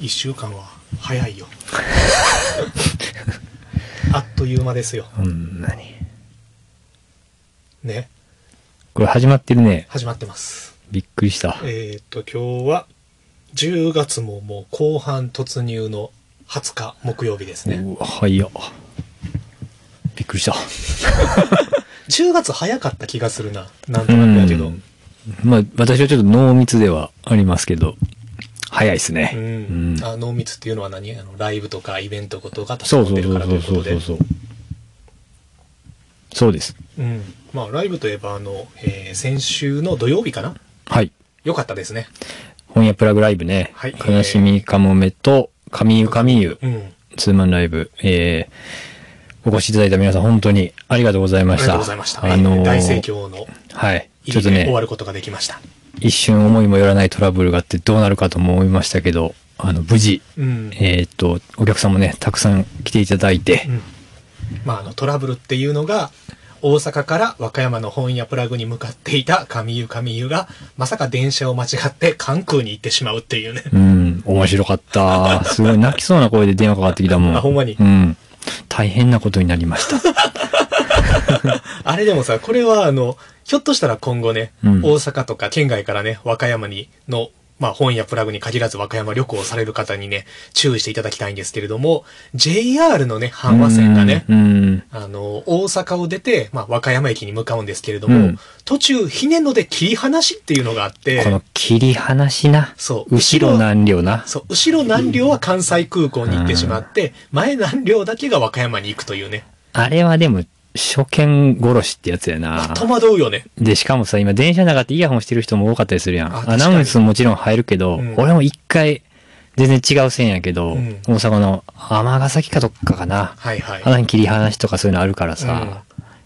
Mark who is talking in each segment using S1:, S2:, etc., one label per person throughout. S1: 1週間は早いよ あっという間ですよ
S2: ほんまに。
S1: ね
S2: これ始まってるね。
S1: 始まってます
S2: びっくりした。
S1: えーっと今日は10月ももう後半突入の20日木曜日ですね
S2: うわ、早っ。びっくりした。
S1: 10月早かった気がするななん
S2: う
S1: となくやけど
S2: ん。まあ、私はちょっと濃密ではありますけど、早いっすね。
S1: う
S2: うん
S1: ん、あ濃密っていうのは何あのライブとかイベントことが
S2: そ
S1: 立ちっ
S2: うそ
S1: てる
S2: うそ
S1: からといううこと
S2: そうそ
S1: で
S2: うそう。そうです。
S1: うんまあライブといえばあの、えー先週の土曜日かな
S2: はい。
S1: 良かったですね
S2: 本屋プラグライブね。
S1: はい
S2: 悲しみかもめと、神湯神湯、
S1: うん
S2: ツーマンライブ。えー、お越しいただいた皆さん本当にありがとうござい
S1: あ
S2: ま
S1: り
S2: し
S1: がと
S2: た。
S1: うございました、
S2: あのー
S1: 大盛況の
S2: はい。ち
S1: 入
S2: ょ
S1: りで
S2: っと
S1: 終わ
S2: ね、
S1: ることができました、
S2: 一瞬思いもよらないトラブルがあってどうなるかとも思いましたけど、あの、無事、
S1: うん
S2: えーっと、お客さんもね、たくさん来ていただいて
S1: う、んまああのトラブルっていうのが大阪から和歌山の本屋プラグに向かっていた神湯神湯がまさか電車を間違って関空に行ってしまうっていうね
S2: うん、面白かっ た。すごい泣きそうな声で電話かかってきたもん。
S1: あほんまに
S2: うん。大変なことになりました。
S1: あれでもさ、これはあの、ひょっとしたら今後ね、
S2: うん
S1: 大阪とか県外からね、和歌山にの、まあ本やプラグに限らず和歌山旅行をされる方にね、注意していただきたいんですけれども、JR のね、阪和線がね、
S2: うん。
S1: あの、大阪を出て、まあ和歌山駅に向かうんですけれども、
S2: うん
S1: 途中、ひ野で切り離しっていうのがあっ
S2: こ
S1: て
S2: の、切り離しな。
S1: そう
S2: 後ろ何両な。
S1: そう、後ろ南両は関西空港に行ってしまって、前南両だけが和歌山に行くというね、
S2: あれはでも、初見殺しってやつや
S1: まあ
S2: な。
S1: 戸惑うよね。
S2: で、しかもさ、今電車の中ってイヤホンしてる人も多かったりするや
S1: あ確
S2: ん。
S1: か
S2: ア
S1: に
S2: ナウンスももちろん入るけど、
S1: うん
S2: 俺も一回、全然違う線やけど、
S1: うん
S2: 大阪の尼崎かどっかかな。
S1: はいはい。
S2: 花に切り離しとかそういうのあるからさ、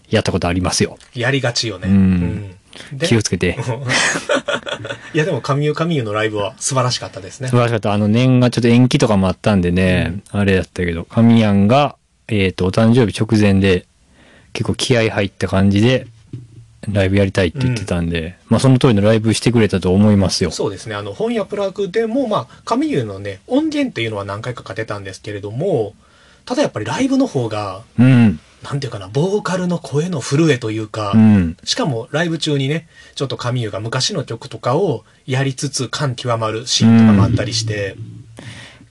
S2: やったことありますよ。
S1: やりがちよね。
S2: うん
S1: うんで
S2: 気をつけて。
S1: いやでも、神湯神湯のライブは素晴らしかったですね
S2: 素晴。らしかった。あの念がちょっと延期とかもあったんでね、あれだったけど、神谷が、えっ、と、お誕生日直前で、結構気合入った感じで、ライブやりたいって言ってたんで、まあその通りのライブしてくれたと思いますよ。
S1: そうですね。あの、本屋プラグでも、まあ、神湯のね、音源っていうのは何回か勝てたんですけれども、ただやっぱりライブの方が、
S2: うん。
S1: なんていうかな、ボーカルの声の震えというか、
S2: うん。
S1: しかもライブ中にね、ちょっと神湯が昔の曲とかをやりつつ感極まるシーンとかもあったりして、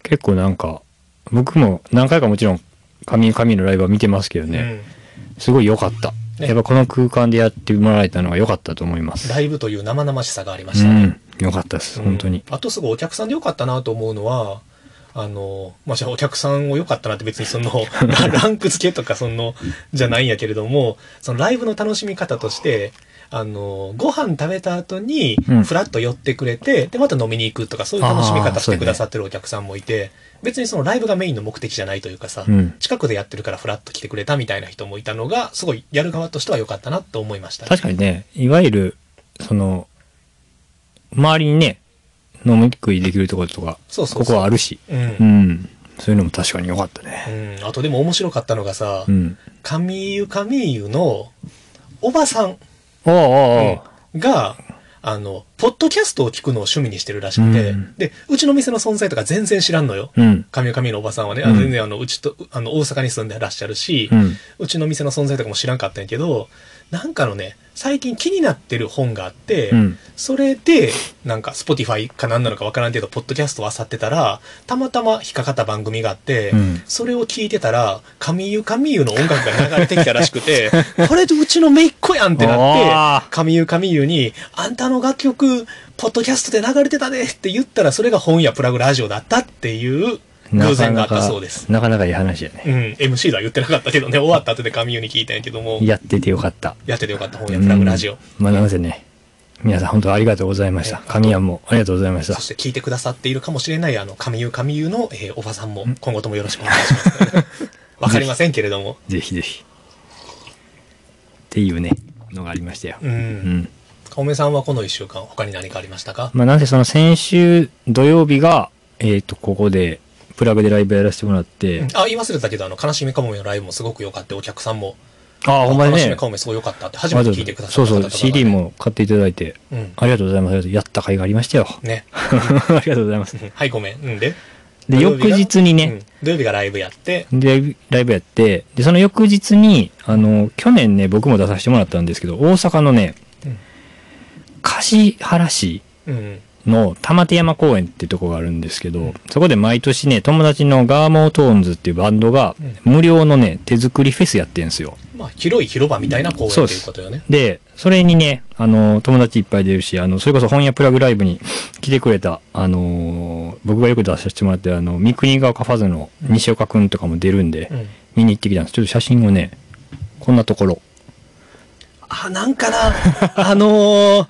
S2: 結構なんか、僕も何回かもちろん、神々のライブは見てますけどね、すごい良かった。
S1: ね
S2: やっぱこの空間でやってもらえたのが良かったと思いま
S1: うん
S2: す。
S1: ライブという生々しさがありま
S2: う
S1: したね。
S2: ん。良かったです、本当に。
S1: うんあとすごいお客さんでよかったなと思うのは、あの、まあ、じゃあお客さんをよかったなって別に その、ラランク付けとかその、じゃないんやけれども、そのライブの楽しみ方として、あの、ご飯食べた後に
S2: うん、
S1: ふらっと寄ってくれて、で、また飲みに行くとか、そういう楽しみ
S2: あー
S1: 方し
S2: そ
S1: て
S2: うや
S1: く
S2: ね
S1: ださってるお客さんもいて、別にそのライブがメインの目的じゃないというかさ、
S2: うん
S1: 近くでやってるからふらっと来てくれたみたいな人もいたのが、すごいやる側としては良かったなと思いました。
S2: 確かにね、いわゆる、その、周りにね、飲み食いできるところとか、
S1: そうそうそう
S2: ここはあるし、
S1: うん
S2: う。ん。そういうのも確かに良かったね。
S1: うん。あとでも面白かったのがさ、
S2: うん。
S1: 神湯神湯のおばさん
S2: おうおうおう
S1: が、あの、ポッドキャストを聞くのを趣味にしてるらしくて、
S2: うん
S1: で、うちの店の存在とか全然知らんのよ。
S2: うん。
S1: 神湯神湯のおばさんはね、あの
S2: うん
S1: 全然あの、うちと、あの、大阪に住んでらっしゃるし、
S2: う
S1: うんちの店の存在とかも知らんかったんやけど、なんかのね、最近気になってる本があって、
S2: うん。
S1: それで、なんか、スポティファイか何なのかわからんけど、ポッドキャストを漁ってたら、たまたま引っかかった番組があって、
S2: うん
S1: それを聞いてたら、神湯神湯の音楽が流れてきたらしく て、これうちのめいっ子やんってなっ
S2: あ
S1: て
S2: ー、
S1: 神湯神湯に、あんたの楽曲、ポッドキャストで流れてたねって言ったら、それが本やプラグラジオだったっていう偶然があったそうです。
S2: なかなかいい話やね。
S1: うん、MC では言ってなかったけどね、終わった後で神湯に聞いたんやけども、
S2: やっててよかった。
S1: やっててよかった本やプラグラジオ。
S2: うんまあ、なんせね、皆さん本当ありがとうございました。
S1: え
S2: 神谷もありがとうございまし
S1: そ
S2: た
S1: し。て聞いてくださっているかもしれない、あの、神湯神湯の、えーおばさんも、今後ともよろしくお願いし ます。わかりませんけれども。
S2: ぜひぜひ。っていうね、のがありましたよ。
S1: う。
S2: うんん。
S1: かおめさんはこの一週間、他に何かありましたか
S2: まあ、なんせその先週土曜日が、えっ、と、ここで、プラグでライブやらせてもらって、
S1: あ、言い忘れたけど、あの、悲しみかもめのライブもすごく良かった。お客さんも、
S2: ああ、ほんまに
S1: 悲し
S2: ね
S1: みか。もめすごい良かったって、初
S2: あ
S1: めて
S2: と
S1: 聞いてくださ
S2: そ
S1: っ
S2: う
S1: た
S2: そ
S1: 方
S2: う、
S1: 々がね
S2: CD。も買っていただいて、
S1: うん。
S2: ありがとうございます。やった甲斐がありましたよ。
S1: ね。
S2: ありがとうございます。
S1: はい、ごめん。うんで。
S2: で、
S1: 土曜日
S2: 翌
S1: が
S2: 日に
S1: う
S2: ね
S1: ん、土曜日がライブやって、
S2: で、ライブやって、で、その翌日に、あの、去年ね、僕も出させてもらったんですけど、大阪のね、
S1: うん
S2: 橿原市
S1: うん。
S2: の玉手山公園っていうとこがあるんですけど、
S1: うん
S2: そこで毎年ね、友達のガーモートーンズっていうバンドが、無料のね、手作りフェスやってんすよ。
S1: まあ、広い広場みたいな公園と
S2: そうで
S1: いう
S2: す
S1: ことよね。
S2: で、それにね、あの、友達いっぱい出るし、あの、それこそ本屋プラグライブに来てくれた、あのー、僕がよく出させてもらってる、あの、三国川カファズの西岡くんとかも出るんで、
S1: うん。
S2: 見に行ってきたんです。ちょっと写真をね、こんなところ。
S1: あ、なんかな、 あのー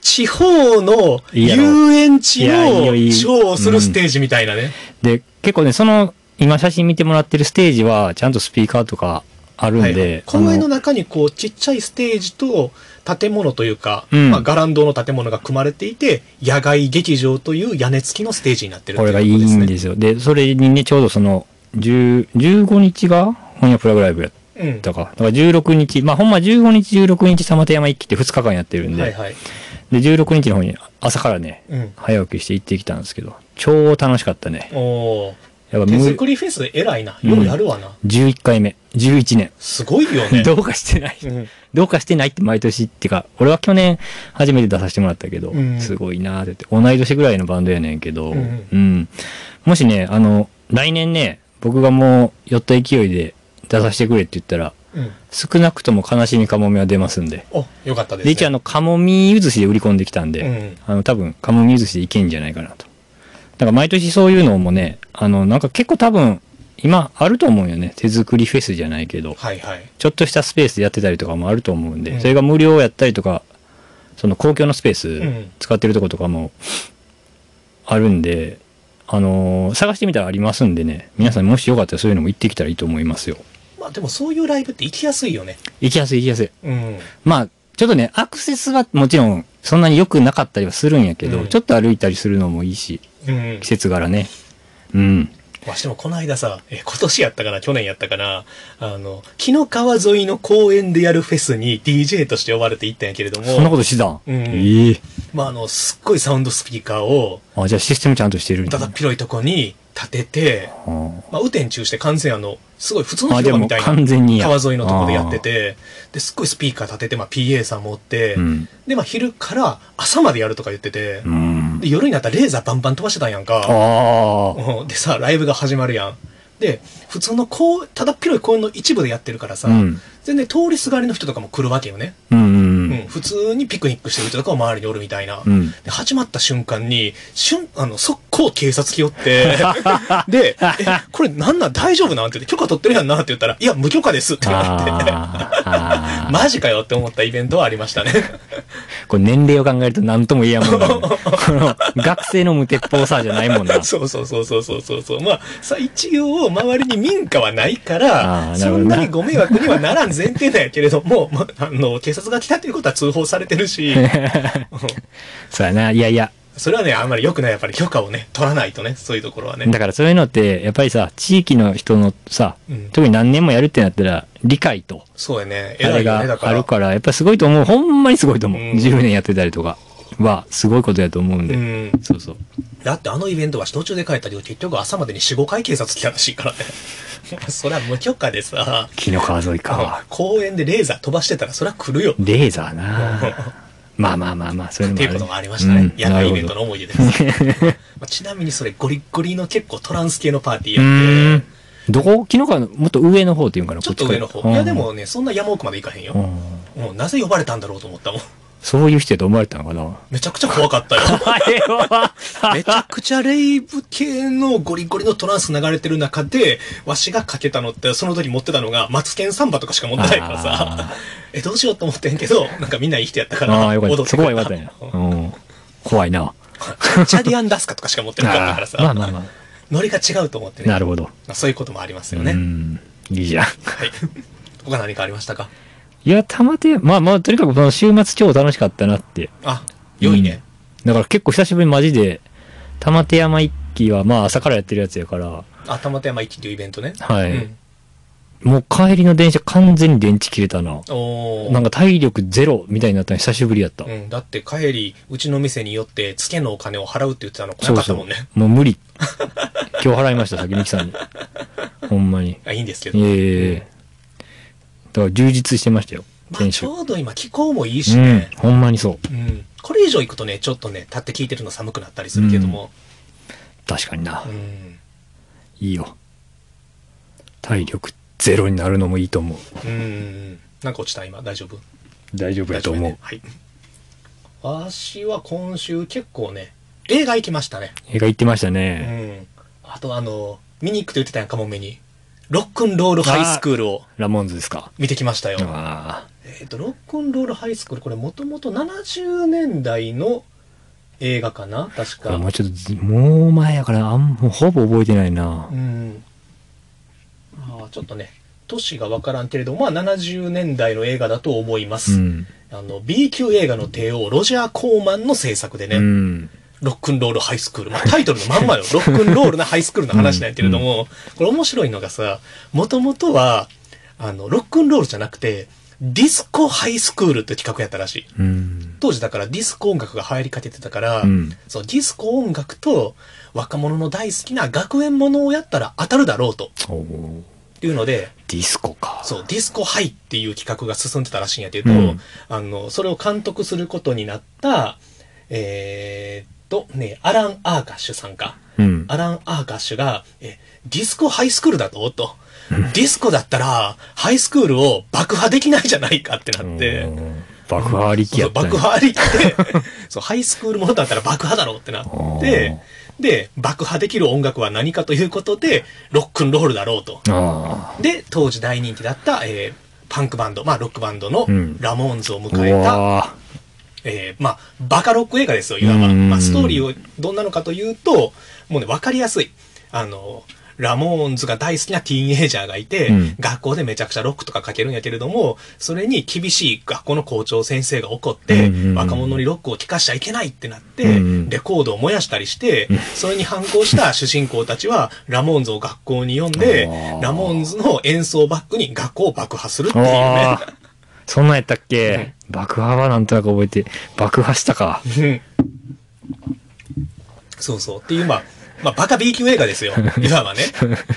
S1: 地方の
S2: いいやろ
S1: 遊園地
S2: いやいいよい
S1: の
S2: い
S1: ショーをするステージみたいなね。
S2: で、結構ね、その、今写真見てもらってるステージは、ちゃんとスピーカーとかあるん
S1: はいはい
S2: で、
S1: 公園の
S2: あの
S1: 中にこう、ちっちゃいステージと建物というか、
S2: うん
S1: まあ、ガランドの建物が組まれていて、野外劇場という屋根付きのステージになってる
S2: これが
S1: と
S2: い
S1: いう
S2: いん
S1: す
S2: ですよ。で、それにね、ちょうどその、10 15日が本屋プラグライブやっ
S1: ね。
S2: たか。だから16日、まあほんま15日、16日、玉手山一期って2日間やってる
S1: うんん。
S2: で、
S1: はいはい。
S2: で、16日の方に朝からね、
S1: うん。
S2: 早起きして行ってきたんですけど、超楽しかったね。
S1: おー
S2: やっぱ
S1: 手
S2: 無
S1: 作りフェス偉いな。ようやるわな。
S2: 11回目、11年。
S1: すごいよね。
S2: どうかしてない。
S1: うん
S2: どうかしてないって毎年ってか、俺は去年初めて出させてもらったけど、
S1: うん
S2: すごいなーって言って、同い年ぐらいのバンドやねんけど、
S1: う
S2: うんん、もしね、あの、来年ね、僕がもう酔った勢いで出させてくれって言ったら、
S1: うん。
S2: 少なくとも悲しみかもめは出ますんで。
S1: お、よかったです、
S2: で、
S1: ね。
S2: 一応あの、かもみゆずしで売り込んできたんで、
S1: うん
S2: あの、多分、かもみゆずしでいけんじゃないかなと。だから毎年そういうのもね、あの、なんか結構多分、今あると思うよね。手作りフェスじゃないけど。
S1: はいはい。
S2: ちょっとしたスペースでやってたりとかもあると思うんで、
S1: うん
S2: それが無料やったりとか、その公共のスペー
S1: ん
S2: ス使ってるとことかもあるんで、あのー探してみたらありますんでね、皆さんもしよかったらそういうのも行ってきたらいいと思いますよ。
S1: まあでもそういうライブって行きやすいよね。
S2: 行きやすい行きやすい。
S1: うん。
S2: まあ、ちょっとね、アクセスはもちろんそんなに良くなかったりはするんやけど、
S1: うん
S2: ちょっと歩いたりするのもいいし、
S1: うん
S2: 季。節柄ね。うん。
S1: わしでもこの間さ、え、今年やったかな、去年やったかな、あの、木の川沿いの公園でやるフェスに DJ として呼ばれて行ったんやけれど
S2: そんなこ
S1: も、
S2: としてたん、
S1: うん
S2: ええ
S1: まああの、すっごいサウンドスピーカーを、
S2: あ、じゃあシステムちゃんとしてるん
S1: だ
S2: だ。
S1: だっ広いとこに立てて、
S2: うん
S1: まあ、雨天中して完全あの、すごい普通の
S2: あ
S1: 広
S2: で
S1: 場
S2: も
S1: みたいな。
S2: 完全にや
S1: 川沿いのとこでやってて、で、すっごいスピーカー立てて、まあ、PA さん持って、
S2: うん
S1: で、まあ、昼から朝までやるとか言ってて、
S2: うん。
S1: で、夜になったらレーザーバンバン飛ばしてたんやんか。
S2: ああ。
S1: うんでさ、ライブが始まるやん。で、普通のこう、ただっ広い公園の一部でやってるからさ、
S2: うん
S1: 全然通りすがりの人とかも来るわけよね。
S2: うんう
S1: うんん、普通にピクニックしてる人とかも周りにおるみたいな。
S2: うん。うん。
S1: で、始まった瞬間に、瞬、あの、速攻警察来よ って、で、え、これなんなん大丈夫なんて言って、許可取ってるやんなって言ったら、いや、無許可ですって言われて、
S2: あーあー。
S1: マジかよって思ったイベントはありましたね。
S2: これ年齢を考えると何とも言えやんもんな。この 学生の無鉄砲さじゃない もんな。
S1: そうそうそうそうそうそうそう。まあ、さ、一応、周りに民家はないから、
S2: あーなる
S1: そ
S2: ほど
S1: ん
S2: な
S1: なにご迷惑にはならん前提だけれども、 まあ、あの、警察が来たということは通報されてる し、
S2: そうやな。いやいや。
S1: それはね、あんまり良くない。やっぱり許可をね、取らないとね、そういうところはね。
S2: だからそういうのって、やっぱりさ、地域の人のさ、
S1: うん
S2: 特に何年もやるってなったら、理解と、
S1: そうやね。
S2: あ
S1: 偉
S2: れ
S1: いよね、
S2: が
S1: だか
S2: あ
S1: ら
S2: る。から、やっぱすごいと思う。ほんまにすごいと思う。
S1: うん
S2: 10年やってたりとかは、すごいことやと思うん
S1: う
S2: で。
S1: ん。
S2: そうそう。
S1: だってあのイベントは途中で帰ったけど、結局朝までに4、5回警察来たらしいからね。 そりゃ無許可でさ、
S2: 木の川沿いか。
S1: 公園でレーザー飛ばしてたらそりゃ来るよ。
S2: レーザーな。まあまあまあまあ、そういう
S1: っていう
S2: のもある。
S1: ことがありましたね。
S2: うん
S1: 野外イベント
S2: なる
S1: の思
S2: ほど
S1: い出です。 まあちなみにそれゴリッゴリの結構トランス系のパーティ
S2: う
S1: ー
S2: ー
S1: やっ
S2: ん
S1: て、。
S2: どこ昨日からもっと上の方っていうんかな
S1: ちょっと上の
S2: こか
S1: 方。いやで、もね、そんな山奥まで行かへん
S2: うんう
S1: よ。
S2: ん
S1: もうなぜ呼ばれたんだろうと思ったもん。
S2: そういう人やと思われたのかな
S1: めちゃくちゃ怖か ったよ。
S2: あれは、
S1: めちゃくちゃレイブ系のゴリゴリのトランス流れてる中で、わしがかけたのって、その時持ってたのが、マツケンサンバとかしか持ってないからさ
S2: あ、
S1: え、どうしようと思ってんけど、 なんかみんないい人やったから、
S2: ああ、よかった。そこはよかったん
S1: ね
S2: や。うん。怖いな。
S1: チャディアンダスカとかしか持ってなかったからさ、
S2: あーまあまあまあ。
S1: ノリが違うと思ってね。
S2: なるほど。
S1: まあそういうこともありますよ
S2: う
S1: ね。
S2: ん。いいじゃん。
S1: はい。 他何かありましたか
S2: いや、たまて、まあまあ、とにかくこの週末超楽しかったなって。
S1: あ、良いね。
S2: だから結構久しぶりにマジで、玉手山一揆はまあ朝からやってるやつやから、
S1: あ、たまたま一気というイベントね。
S2: はい
S1: うん
S2: もう帰りの電車完全に電池切れたな。
S1: おー
S2: なんか体力ゼロみたいになったの久しぶりやった。
S1: うん、だって帰り、うちの店によって、つけのお金を払うって言ってたの来なかったもんね。
S2: もう無理。 今日払いました、さっきミキさんに。ほんまに。
S1: あ、いいんですけど。
S2: いえいえいえ。だから充実してましたよ、
S1: ま
S2: テ
S1: あ、
S2: ン
S1: ち
S2: ション。
S1: ょうど今気候もいいし
S2: うん
S1: ね、、
S2: ほんまにそう。
S1: うん。これ以上行くとね、ちょっとね、立って聞いてるの寒くなったりするけども。
S2: 確かにな
S1: う。ん。
S2: いいよ。体力ゼロになるのもいいと思う。
S1: うん。なんか落ちた今、大丈夫
S2: 大丈夫やと思
S1: 大丈夫やね
S2: う。
S1: はい。わしは今週結構ね、映画行きましたね。
S2: 映画行ってました
S1: う
S2: ね。
S1: ん。あとあの、見に行くと言ってたやんかもめに。ロックンロールハイスクールを
S2: ラモンズですか。
S1: 見てきましたよ。
S2: ああ。
S1: えっ、と、ロックンロールハイスクール、これもともと70年代の映画かな確
S2: これ
S1: か
S2: も。うちょっとず、もう前やから、あん、もうほぼ覚えてないな
S1: う。ん。ああ、ちょっとね、年がわからんけれど、まあ70年代の映画だと思いま
S2: う
S1: す。
S2: ん。
S1: あの、B 級映画の帝王、ロジャー・コーマンの制作でね、
S2: うん。
S1: ロックンロールハイスクール。まあ、タイトルのまんま よ。ロックンロールなハイスクールの話なんやけれども、これ面白いのがさ、もともとは、あの、ロックンロールじゃなくて、ディスコハイスクールって企画やったらしい。
S2: うん。
S1: 当時だからディスコ音楽が流行りかけてたから、
S2: うん
S1: そのディスコ音楽と若者の大好きな学園ものをやったら当たるだろうと
S2: おー
S1: いうので、
S2: ディスコか。
S1: そう、ディスコハイっていう企画が進んでたらしいんやけど、
S2: うん
S1: あの、それを監督することになった、えーっと、ね、アラン・アーガッシュさんか。
S2: うん。
S1: アラン・アーガッシュが、え、ディスコハイスクールだとと。ディスコだったら、ハイスクールを爆破できないじゃないかってなって、
S2: うん、爆破力
S1: そ
S2: や
S1: う
S2: ったんや
S1: 爆破ありきで そう、ハイスクールものだったら爆破だろうってなって、で、爆破できる音楽は何かということで、ロックンロールだろうと。
S2: あ
S1: で、当時大人気だった、えーパンクバンド、まあ、ロックバンドの
S2: うん
S1: ラモーンズを迎
S2: あ。う
S1: えた、
S2: わ
S1: えーまあ、バカロック映画ですよ、いわば。
S2: うん
S1: まあ、ストーリーをどんなのかというと、もうね、わかりやすい。あの、ラモーンズが大好きなティーンエイジャーがいて、
S2: うん
S1: 学校でめちゃくちゃロックとかかけるんやけれども、それに厳しい学校の校長先生が怒って、
S2: うんうんうん
S1: 若者にロックを聴かしちゃいけないってなって、
S2: うんうん
S1: レコードを燃やしたりして、それに反抗 した主人公たちは、ラモーンズを学校に呼んで
S2: あー、
S1: ラモーンズの演奏をバックに学校を爆破するって
S2: ー
S1: いうね
S2: あ。ー。そんなんやったっけ、爆破はなんとなく覚えて、爆破したか。
S1: うん そうそう。っていう、まあ、まあ、バカ B 級映画 ですよ。いわばね。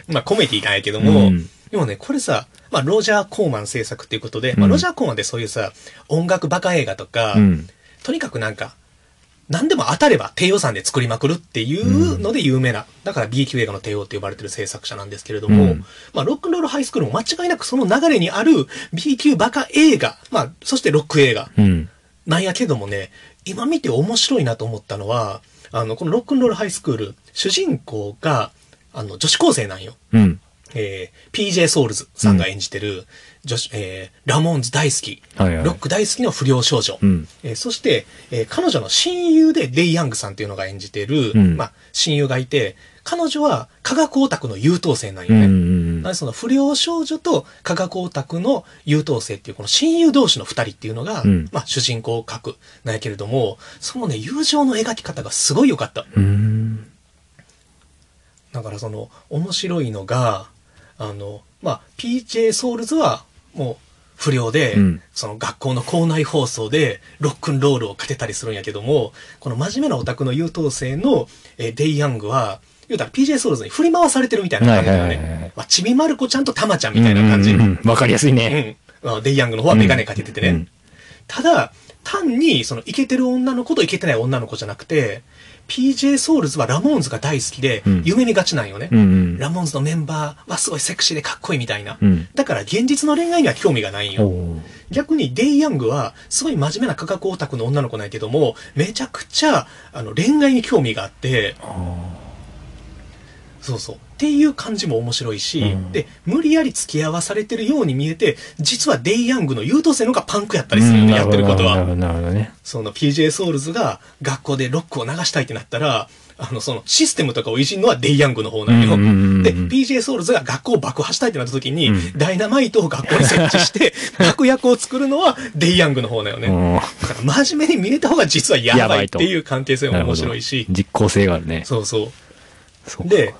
S1: まあ、コメディなんやけども、
S2: うん
S1: でもね、これさ、まあ、ロジャー・コーマン制作っていうことで、まあ、
S2: うん
S1: ロジャー・コーマンってそういうさ、音楽バカ映画とか、
S2: うん。
S1: とにかくなんか、何でも当たれば低予算で作りまくるっていうので有名な、だから B 級映画の帝王って呼ばれてる制作者なんですけれども、
S2: うん
S1: まあ、ロックンロールハイスクールも間違いなくその流れにある B 級バカ映画、まあ、そしてロック映画
S2: うん。
S1: なんやけどもね、今見て面白いなと思ったのは、あの、このロックンロールハイスクール、主人公が、あの、女子高生なんよ。
S2: うん。
S1: えー、PJ ソウルズさんが演じてる、女子、えー、ラモーンズ大好き、
S2: はいはい
S1: ロック大好きの不良少女。
S2: うん
S1: えーそして、えー彼女の親友でデイ・ヤングさんっていうのが演じてる、
S2: うん
S1: まあ、親友がいて、彼女は科学オタクの優等生なんよ
S2: う
S1: ね。
S2: んうん
S1: なのでその不良少女と科学オタクの優等生っていうこの親友同士の二人っていうのが、
S2: うん
S1: まあ主人公格なんやけれども、そのね、友情の描き方がすごい良かった。
S2: うん。
S1: だからその面白いのが、あの、まあ PJ ソウルズはもう不良で、
S2: うん
S1: その学校の校内放送でロックンロールをかけたりするんやけども、この真面目なオタクの優等生の、えーデイ・ヤングは、言うたら PJ ソウルズに振り回されてるみたいな感じだよ
S2: はいはいはいは
S1: ね
S2: い。
S1: まあ、ちびまる子ちゃんとたまちゃんみたいな感じ。
S2: うんうんうんわかりやすいね。
S1: うんあの。デイヤングの方はメガネかけててね。
S2: うん
S1: ただ、単に、その、イケてる女の子とイケてない女の子じゃなくて、PJ ソウルズはラモーンズが大好きで
S2: うん、
S1: 夢見がちなんよね。
S2: うんうん。
S1: ラモーンズのメンバーはすごいセクシーでかっこいいみたいな。
S2: うん
S1: だから、現実の恋愛には興味がないんよ。
S2: おー
S1: 逆にデイ・ヤングは、すごい真面目な科学オタクの女の子なんやけども、めちゃくちゃ、あの、恋愛に興味があって、そうそう。っていう感じも面白いし、
S2: うん
S1: で、無理やり付き合わされてるように見えて、実はデイ・ヤングの優等生の方がパンクやったりするよね、やってること
S2: なる
S1: は。
S2: ほど、なるほどね。
S1: その PJ ソウルズが学校でロックを流したいってなったら、あの、そのシステムとかをいじるのはデイ・ヤングの方なのよ。
S2: うんうんうんうん
S1: で、PJ ソウルズが学校を爆破したいってなった時に、
S2: うん
S1: ダイナマイトを学校に設置 して、爆薬を作るのはデイ・ヤングの方なよね。
S2: うん
S1: だから真面目に見えた方が実はやばいっていう関係性も
S2: なるほ
S1: 面
S2: ど
S1: 白いし、
S2: 実効性があるね。
S1: そうそう。
S2: そうか
S1: で、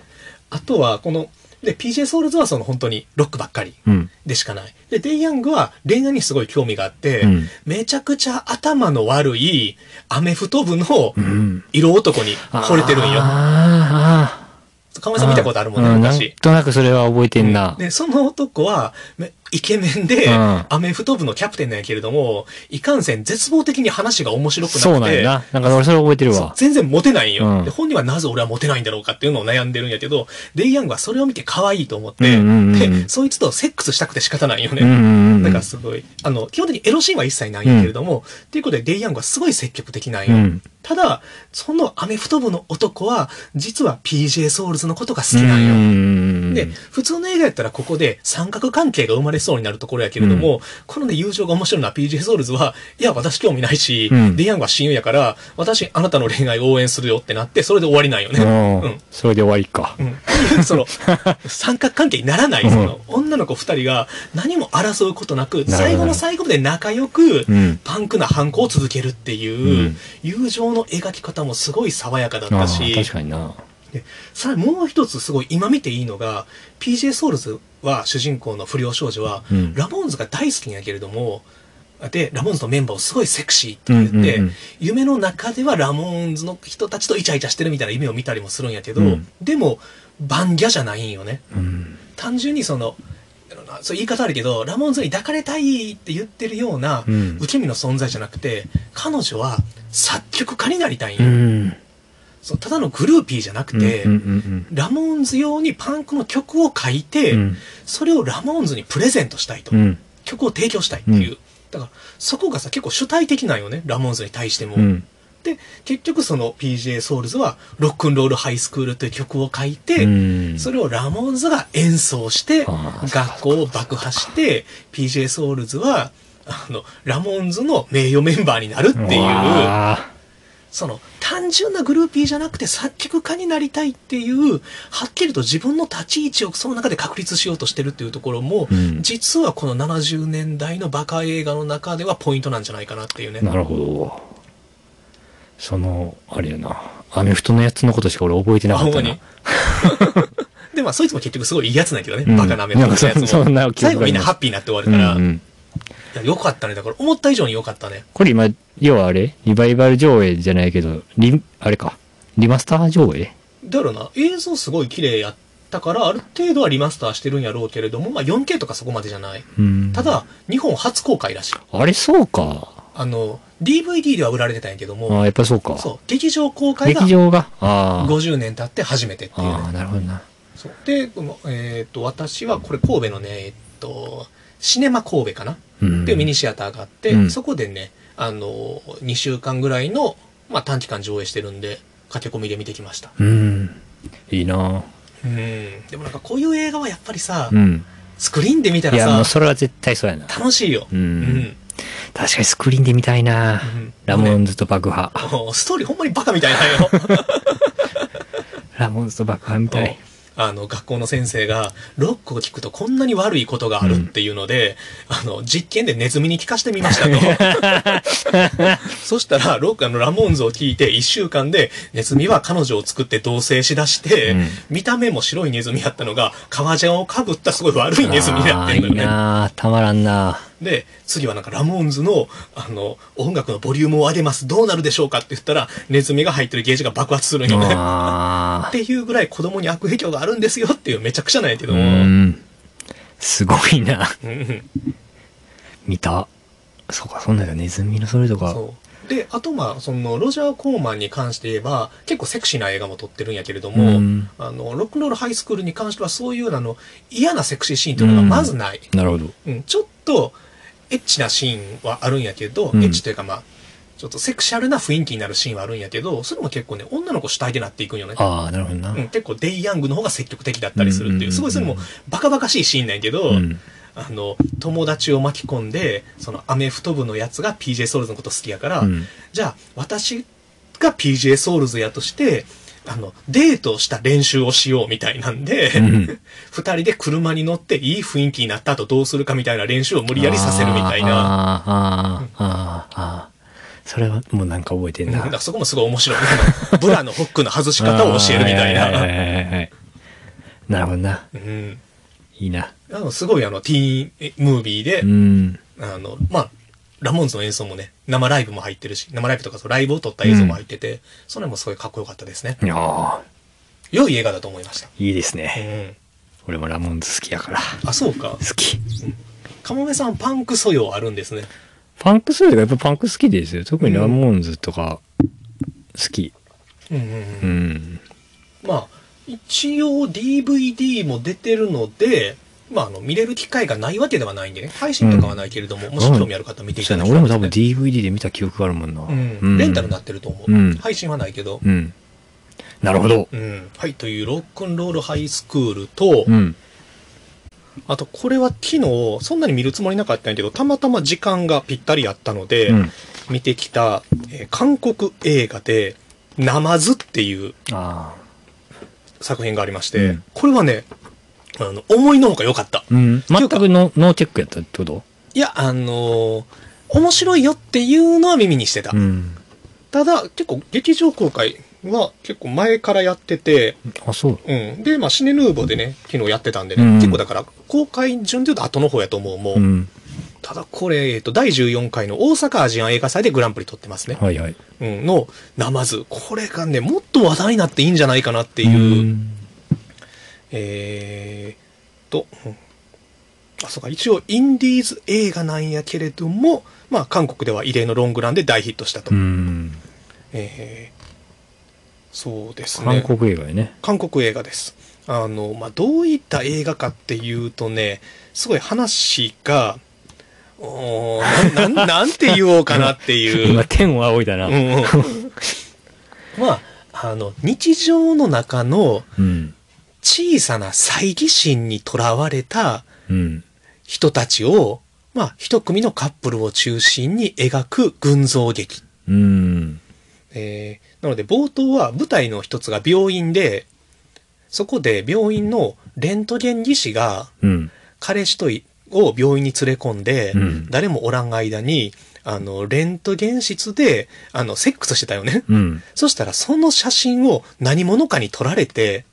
S1: あとは、この、で、PJ ソウルズはその本当にロックばっかり
S2: うん。
S1: でしかない。で、デイ・ヤングは恋愛にすごい興味があって、
S2: うん
S1: めちゃくちゃ頭の悪いアメフト部の
S2: うん。
S1: 色男に惚れてるんよ。
S2: あーあ
S1: 川村さん見たことあるもんね、
S2: うん、なん
S1: 昔。
S2: となくそれは覚えてんな。
S1: で、その男は、めイケメンで、
S2: うん
S1: アメフト部のキャプテンなんやけれども、いかんせん絶望的に話が面白くなくて、
S2: そうなんやな。なんか俺それ覚えてる
S1: そう
S2: わ。
S1: 全然モテないんよ、
S2: うん
S1: で本人はなぜ俺はモテないんだろうかっていうのを悩んでるんやけど、デイヤングはそれを見て可愛いと思って、
S2: うんうんうんうん
S1: で、そいつとセックスしたくて仕方ないよ
S2: うんう
S1: ね。
S2: んうん。
S1: だからすごい、あの、基本的にエロシーンは一切ないんやけれども、っていうことでデイヤングはすごい積極的なんよ。
S2: うん
S1: ただ、そのアメフト部の男は、実は PJ ソウルズのことが好き
S2: うん
S1: なんよ。
S2: うんうん。
S1: で、普通の映画やったらここで三角関係が生まれそうになるところやけれども、このね、友情が面白いのは PJ ソウルズは、いや、私興味ないし、
S2: うん
S1: ディアンは親友やから、私あなたの恋愛応援するよってなって、それで終わりなんよね。
S2: うん
S1: うん
S2: それで終わりか。
S1: うんっていう、その、三角関係にならない、その、女の子二人が何も争うことなく、
S2: ど
S1: 最後の最後まで仲良く
S2: うん、
S1: パンクな反抗を続けるって
S2: う、
S1: いうん友情の描き方もすごい爽やかだっ
S2: あ
S1: た
S2: あ
S1: し、
S2: 確かにな。
S1: で、さらにもう一つすごい今見ていいのが、PJ ソウルズは主人公の不良少女は、
S2: うん
S1: ラモーンズが大好きなんやけれども、で、ラモーンズのメンバーをすごいセクシーって言って、
S2: うんうんうん
S1: 夢の中ではラモーンズの人たちとイチャイチャしてるみたいな夢を見たりもするんやけど、
S2: うん
S1: でも、バンギャじゃないんよね。
S2: うん。
S1: 単純にその、なんだろうなそう言い方あるけど、ラモーンズに抱かれたいって言ってるような、
S2: うん
S1: 受け身の存在じゃなくて、彼女は作曲家になりたいん
S2: う
S1: よ。
S2: ん。
S1: そうただのグルーピーじゃなくて、
S2: うんうん
S1: ラモーンズ用にパンクの曲を書いて、
S2: うんうん。
S1: それをラモーンズにプレゼントしたいと、
S2: うん。
S1: 曲を提供したいっていう、
S2: う
S1: だからそこがさ結構主体的なんよねラモーンズに対しても、
S2: うん。
S1: で結局その PJ ソウルズは「ロックンロールハイスクール」という曲を書いて、
S2: うん
S1: それをラモーンズが演奏して
S2: あー
S1: 学校を爆破して PJ ソウルズはあのラモーンズの名誉メンバーになるっていう。
S2: わ
S1: その単純なグルーピーじゃなくて作曲家になりたいっていうはっきりと自分の立ち位置をその中で確立しようとしてるっていうところも、
S2: うん
S1: 実はこの70年代のバカ映画の中ではポイントなんじゃないかなっていうね
S2: ー。なるほど。その、あれやな。アメフトのやつのことしか俺覚えてな
S1: あ
S2: か
S1: ほ
S2: っ
S1: んま
S2: た
S1: に
S2: な。
S1: でまあそいつも結局すごいいいやつなんやけどね、
S2: うん
S1: バカなめとかや
S2: なんかそそんな記憶が
S1: 最後
S2: あります
S1: みんなハッピーになって終わる
S2: う
S1: から、
S2: んうん。
S1: いやよかったねだから思った以上によかったね
S2: これ今、要はあれリバイバル上映じゃないけど、リ、あれか。リマスター上映
S1: だからな映像すごい綺麗やったからある程度はリマスターしてるんやろうけれども、まあ、4K とかそこまでじゃない
S2: うん。
S1: た、だ日本初公開らしい
S2: あれそうか。
S1: あの、DVD では売られてたんやけど
S2: あ
S1: も、
S2: あ、やっぱそうか。
S1: そう、劇場公開が
S2: 劇場が。ああ。
S1: 50年経って初めてっていうね、
S2: ああ、なるほどな。
S1: そうで、このえっ、と、私はこれ神戸のね、えっと、シネマ神戸かな、
S2: うん。
S1: っていうミニシアターがあって、
S2: うん
S1: そこでね、あの、2週間ぐらいの、まあ短期間上映してるんで、駆け込みで見てきました。
S2: うん。いいな
S1: うん。でもなんかこういう映画はやっぱりさ、
S2: うん。
S1: スクリーンで見た
S2: いや、も
S1: ら
S2: う
S1: さ、
S2: それは絶対そうやな。
S1: 楽しいよ。
S2: うん
S1: うん。
S2: 確かにスクリーンで見たいな、
S1: ん
S2: ラモンズと爆破。
S1: もうストーリーほんまにバカみたいなんよ。
S2: ラモンズと爆破みたい。
S1: あの学校の先生がロックを聞くとこんなに悪いことがあるっていうので、あの実験でネズミに聞かしてみました とそしたらロックあのラモーンズを聞いて1週間でネズミは彼女を作って同棲しだして、
S2: うん
S1: 見た目も白いネズミやったのが革ジャンをかぶったすごい悪いネズミになってる
S2: あーいい
S1: のよね。
S2: なたまら んな
S1: で次はなんかラモーンズのあの音楽のボリュームを上げますどうなるでしょうかって言ったらネズミが入ってるゲージが爆発するんよね。っ
S2: あー
S1: ていうぐらい子供に悪影響があるんですよっていうめちゃくちゃなんやけど
S2: う
S1: も。
S2: ん。すごいな
S1: うん
S2: 見た。そうか、そんなんだネズミのそれとか。
S1: そうであとまあそのロジャー・コーマンに関して言えば結構セクシーな映画も撮ってるんやけれども、
S2: うん
S1: あのロックンロールハイスクールに関してはそういうあの嫌なセクシーシーンというのがまずない、
S2: なるほど。
S1: うんちょっとエッチなシーンはあるんやけど、
S2: うん
S1: エッチというかまあちょっとセクシャルな雰囲気になるシーンはあるんやけどそれも結構ね女の子主体でなっていくんよね。
S2: ああ、なるほどな。
S1: うん、結構デイ・ヤングの方が積極的だったりするっていう、
S2: うんうんうんうん
S1: すごいそれもバカバカしいシーンなんやけど、
S2: うん
S1: あの友達を巻き込んでそのアメフト部のやつが PJ ソウルズのこと好きやから、
S2: うん
S1: じゃあ私が PJ ソウルズやとしてあのデートをした練習をしようみたいなんで、
S2: うん
S1: 二人で車に乗っていい雰囲気になった後どうするかみたいな練習を無理やりさせるみたいな。
S2: あーあー、あーあー、それはもうなんか覚えてん
S1: うんだ
S2: な
S1: から。そこもすごい面白い。 あのブラのホックの外し方を教えるみたい
S2: あーはい
S1: な。
S2: はいはいはい。なるほどな。
S1: うん、
S2: いいな。
S1: あのすごいあのティーンえムービーで、
S2: うん。
S1: あの、まあ、ラモンズの演奏もね、生ライブも入ってるし、生ライブとかそうライブを撮った映像も入ってて、それもすごいかっこよかったですね。
S2: いやー
S1: 良い映画だと思いました。
S2: いいです
S1: う
S2: ね。
S1: ん。
S2: 俺もラモンズ好きやから。
S1: あ、そうか。
S2: 好き。
S1: かもめさん、パンク素養あるんですね。
S2: パンクするやっぱパンク好きですよ。特にラモンズとか、好き。
S1: うんうん
S2: う
S1: うん。
S2: ん。
S1: まあ、一応 DVD も出てるので、まあ、あの、見れる機会がないわけではないんでね。配信とかはないけれども、もし興味ある方見てい
S2: そ
S1: た
S2: う
S1: だき
S2: やな。
S1: たい
S2: 俺
S1: で
S2: も
S1: す
S2: 多
S1: ね
S2: 分 DVD で見た記憶があるもんな。
S1: うん。レンタルになってると思う。
S2: うん
S1: 配信はないけど。
S2: うん。なるほど。
S1: うん。はい、というロックンロールハイスクールと、
S2: うん。
S1: あとこれは昨日、そんなに見るつもりなかったんやけど、たまたま時間がぴったりあったので、
S2: うん。
S1: 見てきた、えー韓国映画で、ナマズっていう
S2: ああ。
S1: 作品がありまして、
S2: うん
S1: これはね、あの、思いのほか良かった。
S2: うん。全くノノーチェックやったってこと
S1: いや、あのー面白いよっていうのは耳にしてた。
S2: うん。
S1: ただ、結構劇場公開は結構前からやってて、
S2: あ、そう。
S1: うん。で、まあ、シネヌーボーでね、昨日やってたんでね、
S2: うん
S1: 結構だから、公開順で言うと後の方やと思う、もう。
S2: うん。
S1: ただこれ、えっ、と、第14回の大阪アジアン映画祭でグランプリ取ってますね。
S2: はいはい。っ
S1: うん、の、ナマズ。これがね、もっと話題になっていいんじゃないかなって
S2: て
S1: いう、。えー、と、うんあ、そうか、一応、インディーズ映画なんやけれども、まあ、韓国では異例のロングランで大ヒットしたと。
S2: うん。
S1: えーそうですね。
S2: 韓国映画やね。
S1: 韓国映画です。あの、まあ、どういった映画かっていうとね、すごい話が、おーなん なんなんて言おうかなっていう。
S2: 今、天を仰いだな。
S1: うんうん、まあ、あの、日常の中の
S2: うん。
S1: 小さな猜疑心にとらわれた
S2: うん。
S1: 人たちを、まあ、一組のカップルを中心に描く群像劇。
S2: うん。
S1: えーなので冒頭は舞台の一つが病院で、そこで病院のレントゲン技師が
S2: うん。
S1: 彼氏といを病院に連れ込んで、
S2: うん
S1: 誰もおらん間に、あの、レントゲン室で、あの、セックスしてたよね。
S2: うん。
S1: そしたらその写真を何者かに撮られて、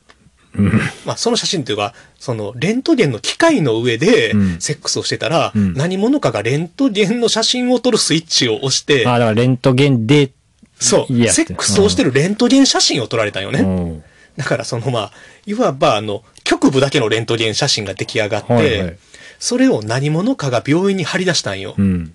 S2: うん。
S1: まあその写真というか、そのレントゲンの機械の上で
S2: うん
S1: セックスをしてたら、
S2: うん
S1: 何者かがレントゲンの写真を撮るスイッチを押して、
S2: あ、だからレントゲンで、
S1: そう、
S2: いや
S1: セックスをしてるレントゲン写真を撮られたよね。
S2: うん。
S1: だからそのまあ、いわばあの、局部だけのレントゲン写真が出来上がって、
S2: はいはい。
S1: それを何者かが病院に張り出したんよ。
S2: うん。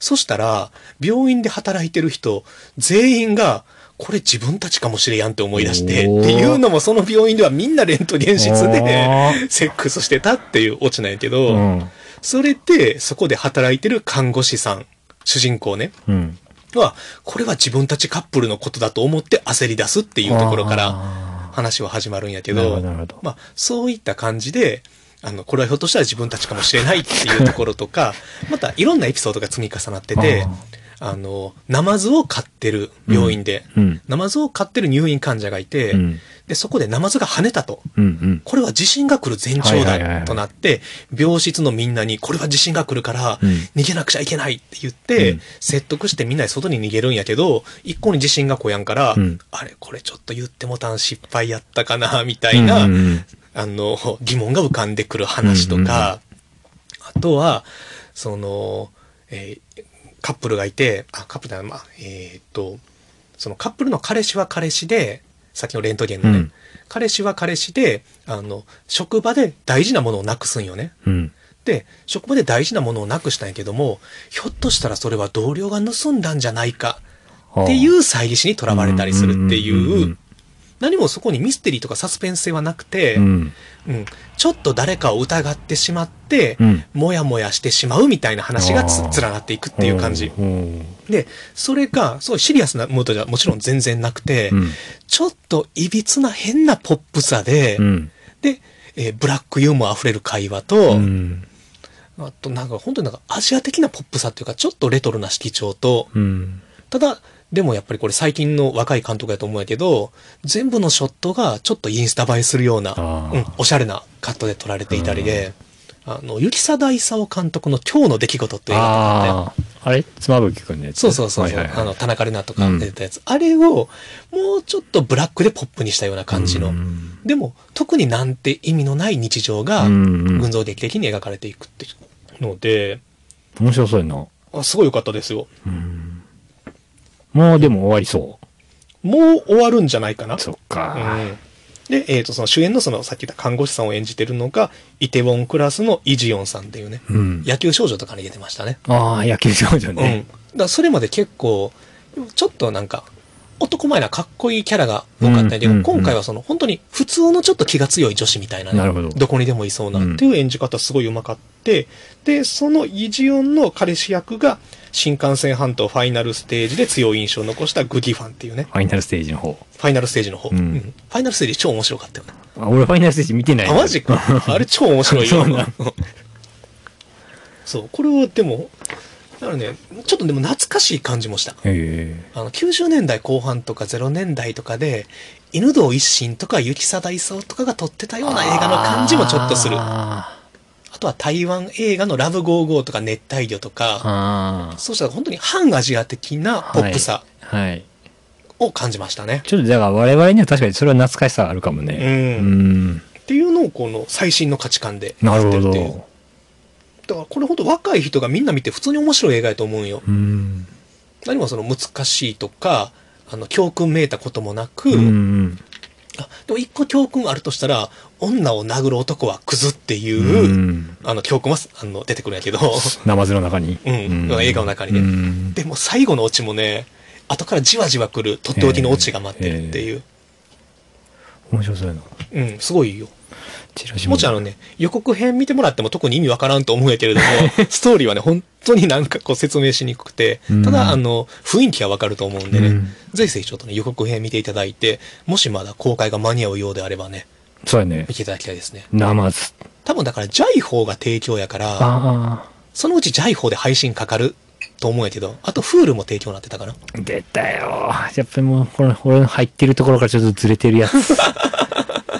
S1: そしたら、病院で働いてる人、全員が、これ自分たちかもしれやんって思い出して、
S2: おー
S1: っていうのもその病院ではみんなレントゲン室で、
S2: あー
S1: セックスしてたっていうオチなんやけ
S2: う
S1: ど、
S2: ん。
S1: それで、そこで働いてる看護師さん、主人公ね、
S2: うん。
S1: は、これは自分たちカップルのことだと思って焦り出すっていうところから、
S2: あ
S1: 話は始まるんやけ
S2: ーなるほど、
S1: ど、
S2: なるほど。
S1: まあ、そういった感じで、あの、これはひょっとしたら自分たちかもしれないっていうところとか、 またいろんなエピソードが積み重なってて、あの、ナマズを飼ってる病院で、
S2: うん。
S1: ナマズを飼ってる入院患者がいて、
S2: うん。
S1: で、そこでナマズが跳ねたと。
S2: うん。うん。
S1: これは地震が来る前兆
S2: はいはいはいは
S1: だ
S2: い
S1: となって、病室のみんなに、これは地震が来るから、
S2: うん
S1: 逃げなくちゃいけないって言って、
S2: うん
S1: 説得してみんなで外に逃げるんやけど、一向に地震が来やんから、
S2: うん
S1: あれ、これちょっと言ってもたん失敗やったかな、みたいな、
S2: うんうん
S1: あの、疑問が浮かんでくる話とか、あとは、その、えーカップルがいて、あ、カップルだな、まあ、えーっと、そのカップルの彼氏は彼氏で、さっきのレントゲンのね、
S2: うん
S1: 彼氏は彼氏で、あの、職場で大事なものをなくすんよね。
S2: うん。
S1: で、職場で大事なものをなくしたんやけども、ひょっとしたらそれは同僚が盗んだんじゃないか
S2: はあ
S1: っていう猜疑心にとらわれたりするってい
S2: うんうんうん
S1: う
S2: う、
S1: ん何もそこにミステリーとかサスペンス性はなくて、
S2: うん。
S1: うん、ちょっと誰かを疑ってしまって、
S2: うん
S1: もやもやしてしまうみたいな話がつ
S2: あー
S1: 連なっていくっていう感じ。
S2: うん。
S1: で、それが、そうシリアスなムードじゃもちろん全然なくて、
S2: うん
S1: ちょっといびつな変なポップさで、
S2: うん。
S1: で、えーブラックユーモア溢れる会話と、
S2: うん。
S1: あとなんか本当になんかアジア的なポップさっていうか、ちょっとレトロな色調と、
S2: うん。
S1: ただ、でもやっぱりこれ最近の若い監督やと思うんやけど、全部のショットがちょっとインスタ映えするような、
S2: あー
S1: うん、おしゃれなカットで撮られていたりで、あの、雪貞勲監督の今日の出来事っていう映画があって、
S2: ああ。あれ妻夫木くんのやつ。
S1: そうそうそう、
S2: はいはいはい
S1: あの、田中玲奈とか出てたやつ、あれをもうちょっとブラックでポップにしたような感じの、
S2: うん
S1: でも特になんて意味のない日常が
S2: うんうん
S1: 群像劇的に描かれていくっていうので、
S2: 面白そうやな。
S1: あすごい良かったですよ。
S2: うん。もうでも終わりそ
S1: もう終わるんじゃないかな
S2: う。。そっ
S1: う
S2: か。
S1: んで、えっ、と、その主演のその、さっき言った看護師さんを演じてるのが、イテウォンクラスのイジヨンさんっていうね、
S2: うん。
S1: 野球少女とかに出てましたね。
S2: ああ、野球少女
S1: うん。だ
S2: ね。
S1: からそれまで結構、ちょっとなんか、男前なかっこいいキャラが多かったんやけど、
S2: うんうん
S1: 今回はその、本当に普通のちょっと気が強い女子みたいなね、
S2: なるほど
S1: こにでもいそうなっていう演じ方すごいうまかって、で、そのイジオンの彼氏役が、新幹線半島ファイナルステージで強い印象を残したグギファンっていうね、
S2: ファイナルステージの方。
S1: ファイナルステージの方。
S2: うん
S1: うんファイナルステージ超面白かったよね。
S2: あ俺ファイナルステージ見てない
S1: あ、
S2: な。
S1: マジ か。あれ超面白いよ。
S2: そうなん
S1: そう、これはでも、だからね、ちょっとでも懐かしい感じもした。
S2: へ
S1: あの、90年代後半とか0年代とかで、犬堂一心とか雪貞勲とかが撮ってたような映画の感じもちょっとする。あ
S2: あ
S1: とは台湾映画のラブ55とか熱帯魚と
S2: ー
S1: か、
S2: あー。
S1: そうしたら本当に反アジア的なポップさ
S2: はい。はい。
S1: を感じましたね。
S2: ちょっとだから我々には確かにそれは懐かしさあるかもね。
S1: うん
S2: ん。
S1: っていうのをこの最新の価値観で
S2: なる
S1: や
S2: ほ
S1: ってっていうだ
S2: ど。
S1: からこれほど若い人がみんな見て普通に面白い映画やと思うんよ。
S2: うん。
S1: 何もその難しいとか、あの、教訓めいたこともなく、
S2: うん。
S1: あでも一個教訓あるとしたら、女を殴る男はクズっていうう、
S2: ん。
S1: あの、教訓はあの出てくるんや けど、
S2: ナマズの中に。
S1: うん映画の中にね
S2: うん
S1: でも最後のオチもね、後からじわじわ来る、とっておきのオチが待ってるっていう。
S2: 面白そうやな。
S1: うん、すごいよ。
S2: チラシ
S1: もちろんあのね、予告編見てもらっても特に意味わからんと思うんやけれ ども、ストーリーはね、本当になんかこう説明しにくくて
S2: うん、
S1: ただ、あの、雰囲気がわかると思うんで
S2: う
S1: ね
S2: ん、
S1: ぜひぜひちょっとね、予告編見ていただいて、もしまだ公開が間に合うようであればね、
S2: そうやね
S1: 見。ていただきたいですね。
S2: ナマズ。
S1: 多分だから、ジャイホーが提供やから、
S2: あ
S1: そのうちジャイホーで配信かかると思うんやけど、あと、フールも提供になってたかな。
S2: あ。出たよ。やっぱりもう、この、俺の入ってるところからちょっとずれてる やつ。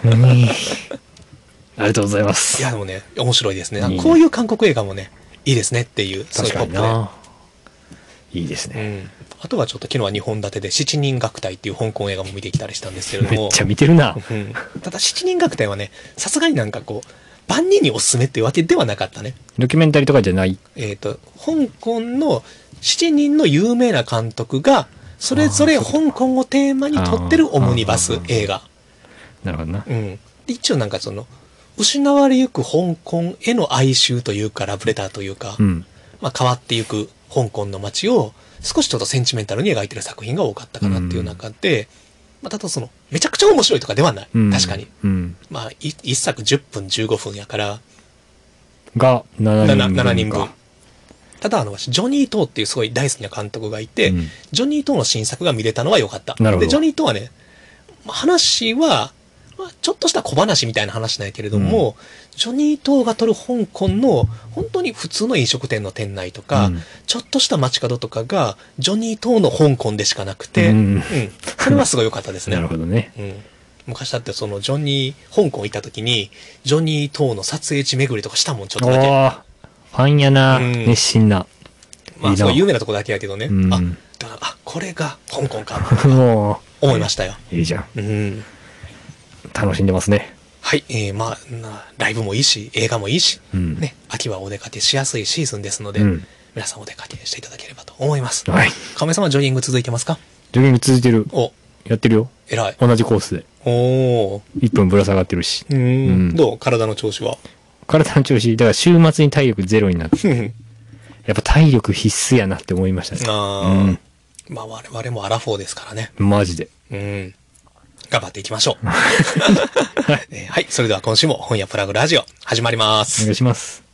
S2: うんありがとうございま
S1: い
S2: す。
S1: や、でもね、面白いですね。
S2: いいね
S1: こういう韓国映画もね、いいですねっていう、そうい
S2: 確
S1: う
S2: か
S1: ポ
S2: に
S1: ッ
S2: な。いいです
S1: プで。
S2: ね。
S1: うん。あとはちょっと昨日は2本立てで、七人学隊っていう香港映画も見てきたりしたんですけれど
S2: めっ
S1: も、
S2: ちゃ見てる な。
S1: うん、ただ七人学隊はね、さすがになんかこう、万人におすすめっていうわけではなかったね。
S2: ドキュメンタリーとかじゃない。
S1: えっ、と、香港の7人の有名な監督が、それぞれ香港をテーマに撮ってるオムニバス映画。
S2: なるほどな。
S1: うん。で一応なんかその、失われゆく香港への哀愁というか、ラブレターというか、
S2: うん。
S1: まあ変わっていく香港の街を少しちょっとセンチメンタルに描いてる作品が多かったかなっていう中で、まあただその、めちゃくちゃ面白いとかではない。
S2: うん
S1: 確かに。。
S2: うん。
S1: まあい一作10分15分やから、
S2: が、7人
S1: 7
S2: 分か。
S1: 人分。ただあの、ジョニー・トーっていうすごい大好きな監督がいて、
S2: うん
S1: ジョニー・トーの新作が見れたのは良かった。
S2: なるほど
S1: で、ジョニー・トーはね、まあ話は、まあちょっとした小話みたいな話なんやけれども、ジョニー・トーが撮る香港の本当に普通の飲食店の店内とか、
S2: うん
S1: ちょっとした街角とかが、ジョニー・トーの香港でしかなくて、
S2: う
S1: うんん、それはすごい良かったですね。
S2: なるほどね。
S1: うん、昔だってそのジョニー、香港行った時に、ジョニー・トーの撮影地巡りとかしたもん、ちょっ
S2: お
S1: とだけ。
S2: ーファンやな。
S1: うん
S2: 熱心な。
S1: まあ、
S2: いいな
S1: すごい有名なとこだけやけどね。
S2: うん
S1: あ、だから、あ、これが香港か、
S2: も
S1: 思いましたよ。
S2: う、いいじゃん。
S1: うん。
S2: 楽しんでますね。
S1: はい、えー、まあ、なライブもいいし、映画もいいし、
S2: うん
S1: ね、秋はお出かけしやすいシーズンですので、
S2: うん
S1: 皆さんお出かけしていただければと思います。
S2: はい。
S1: 亀様ジョギング続いてますか
S2: ジョギング続いてる。
S1: お、
S2: やってるよ。
S1: 偉い。
S2: 同じコースで。
S1: おー。
S2: 1分ぶら下がってるし。
S1: うー
S2: うん
S1: ん。どう体の調子は。
S2: 体の調子、だから週末に体力ゼロになって、やっぱ体力必須やなって思いましたね。
S1: あー、まあ、我々もアラフォーですからね。
S2: うん。マジで。
S1: うん。頑張っていきまし ょう。 えーはい、それでは今週も本屋プラグラジオ始まりま
S2: お
S1: す
S2: 願。いします。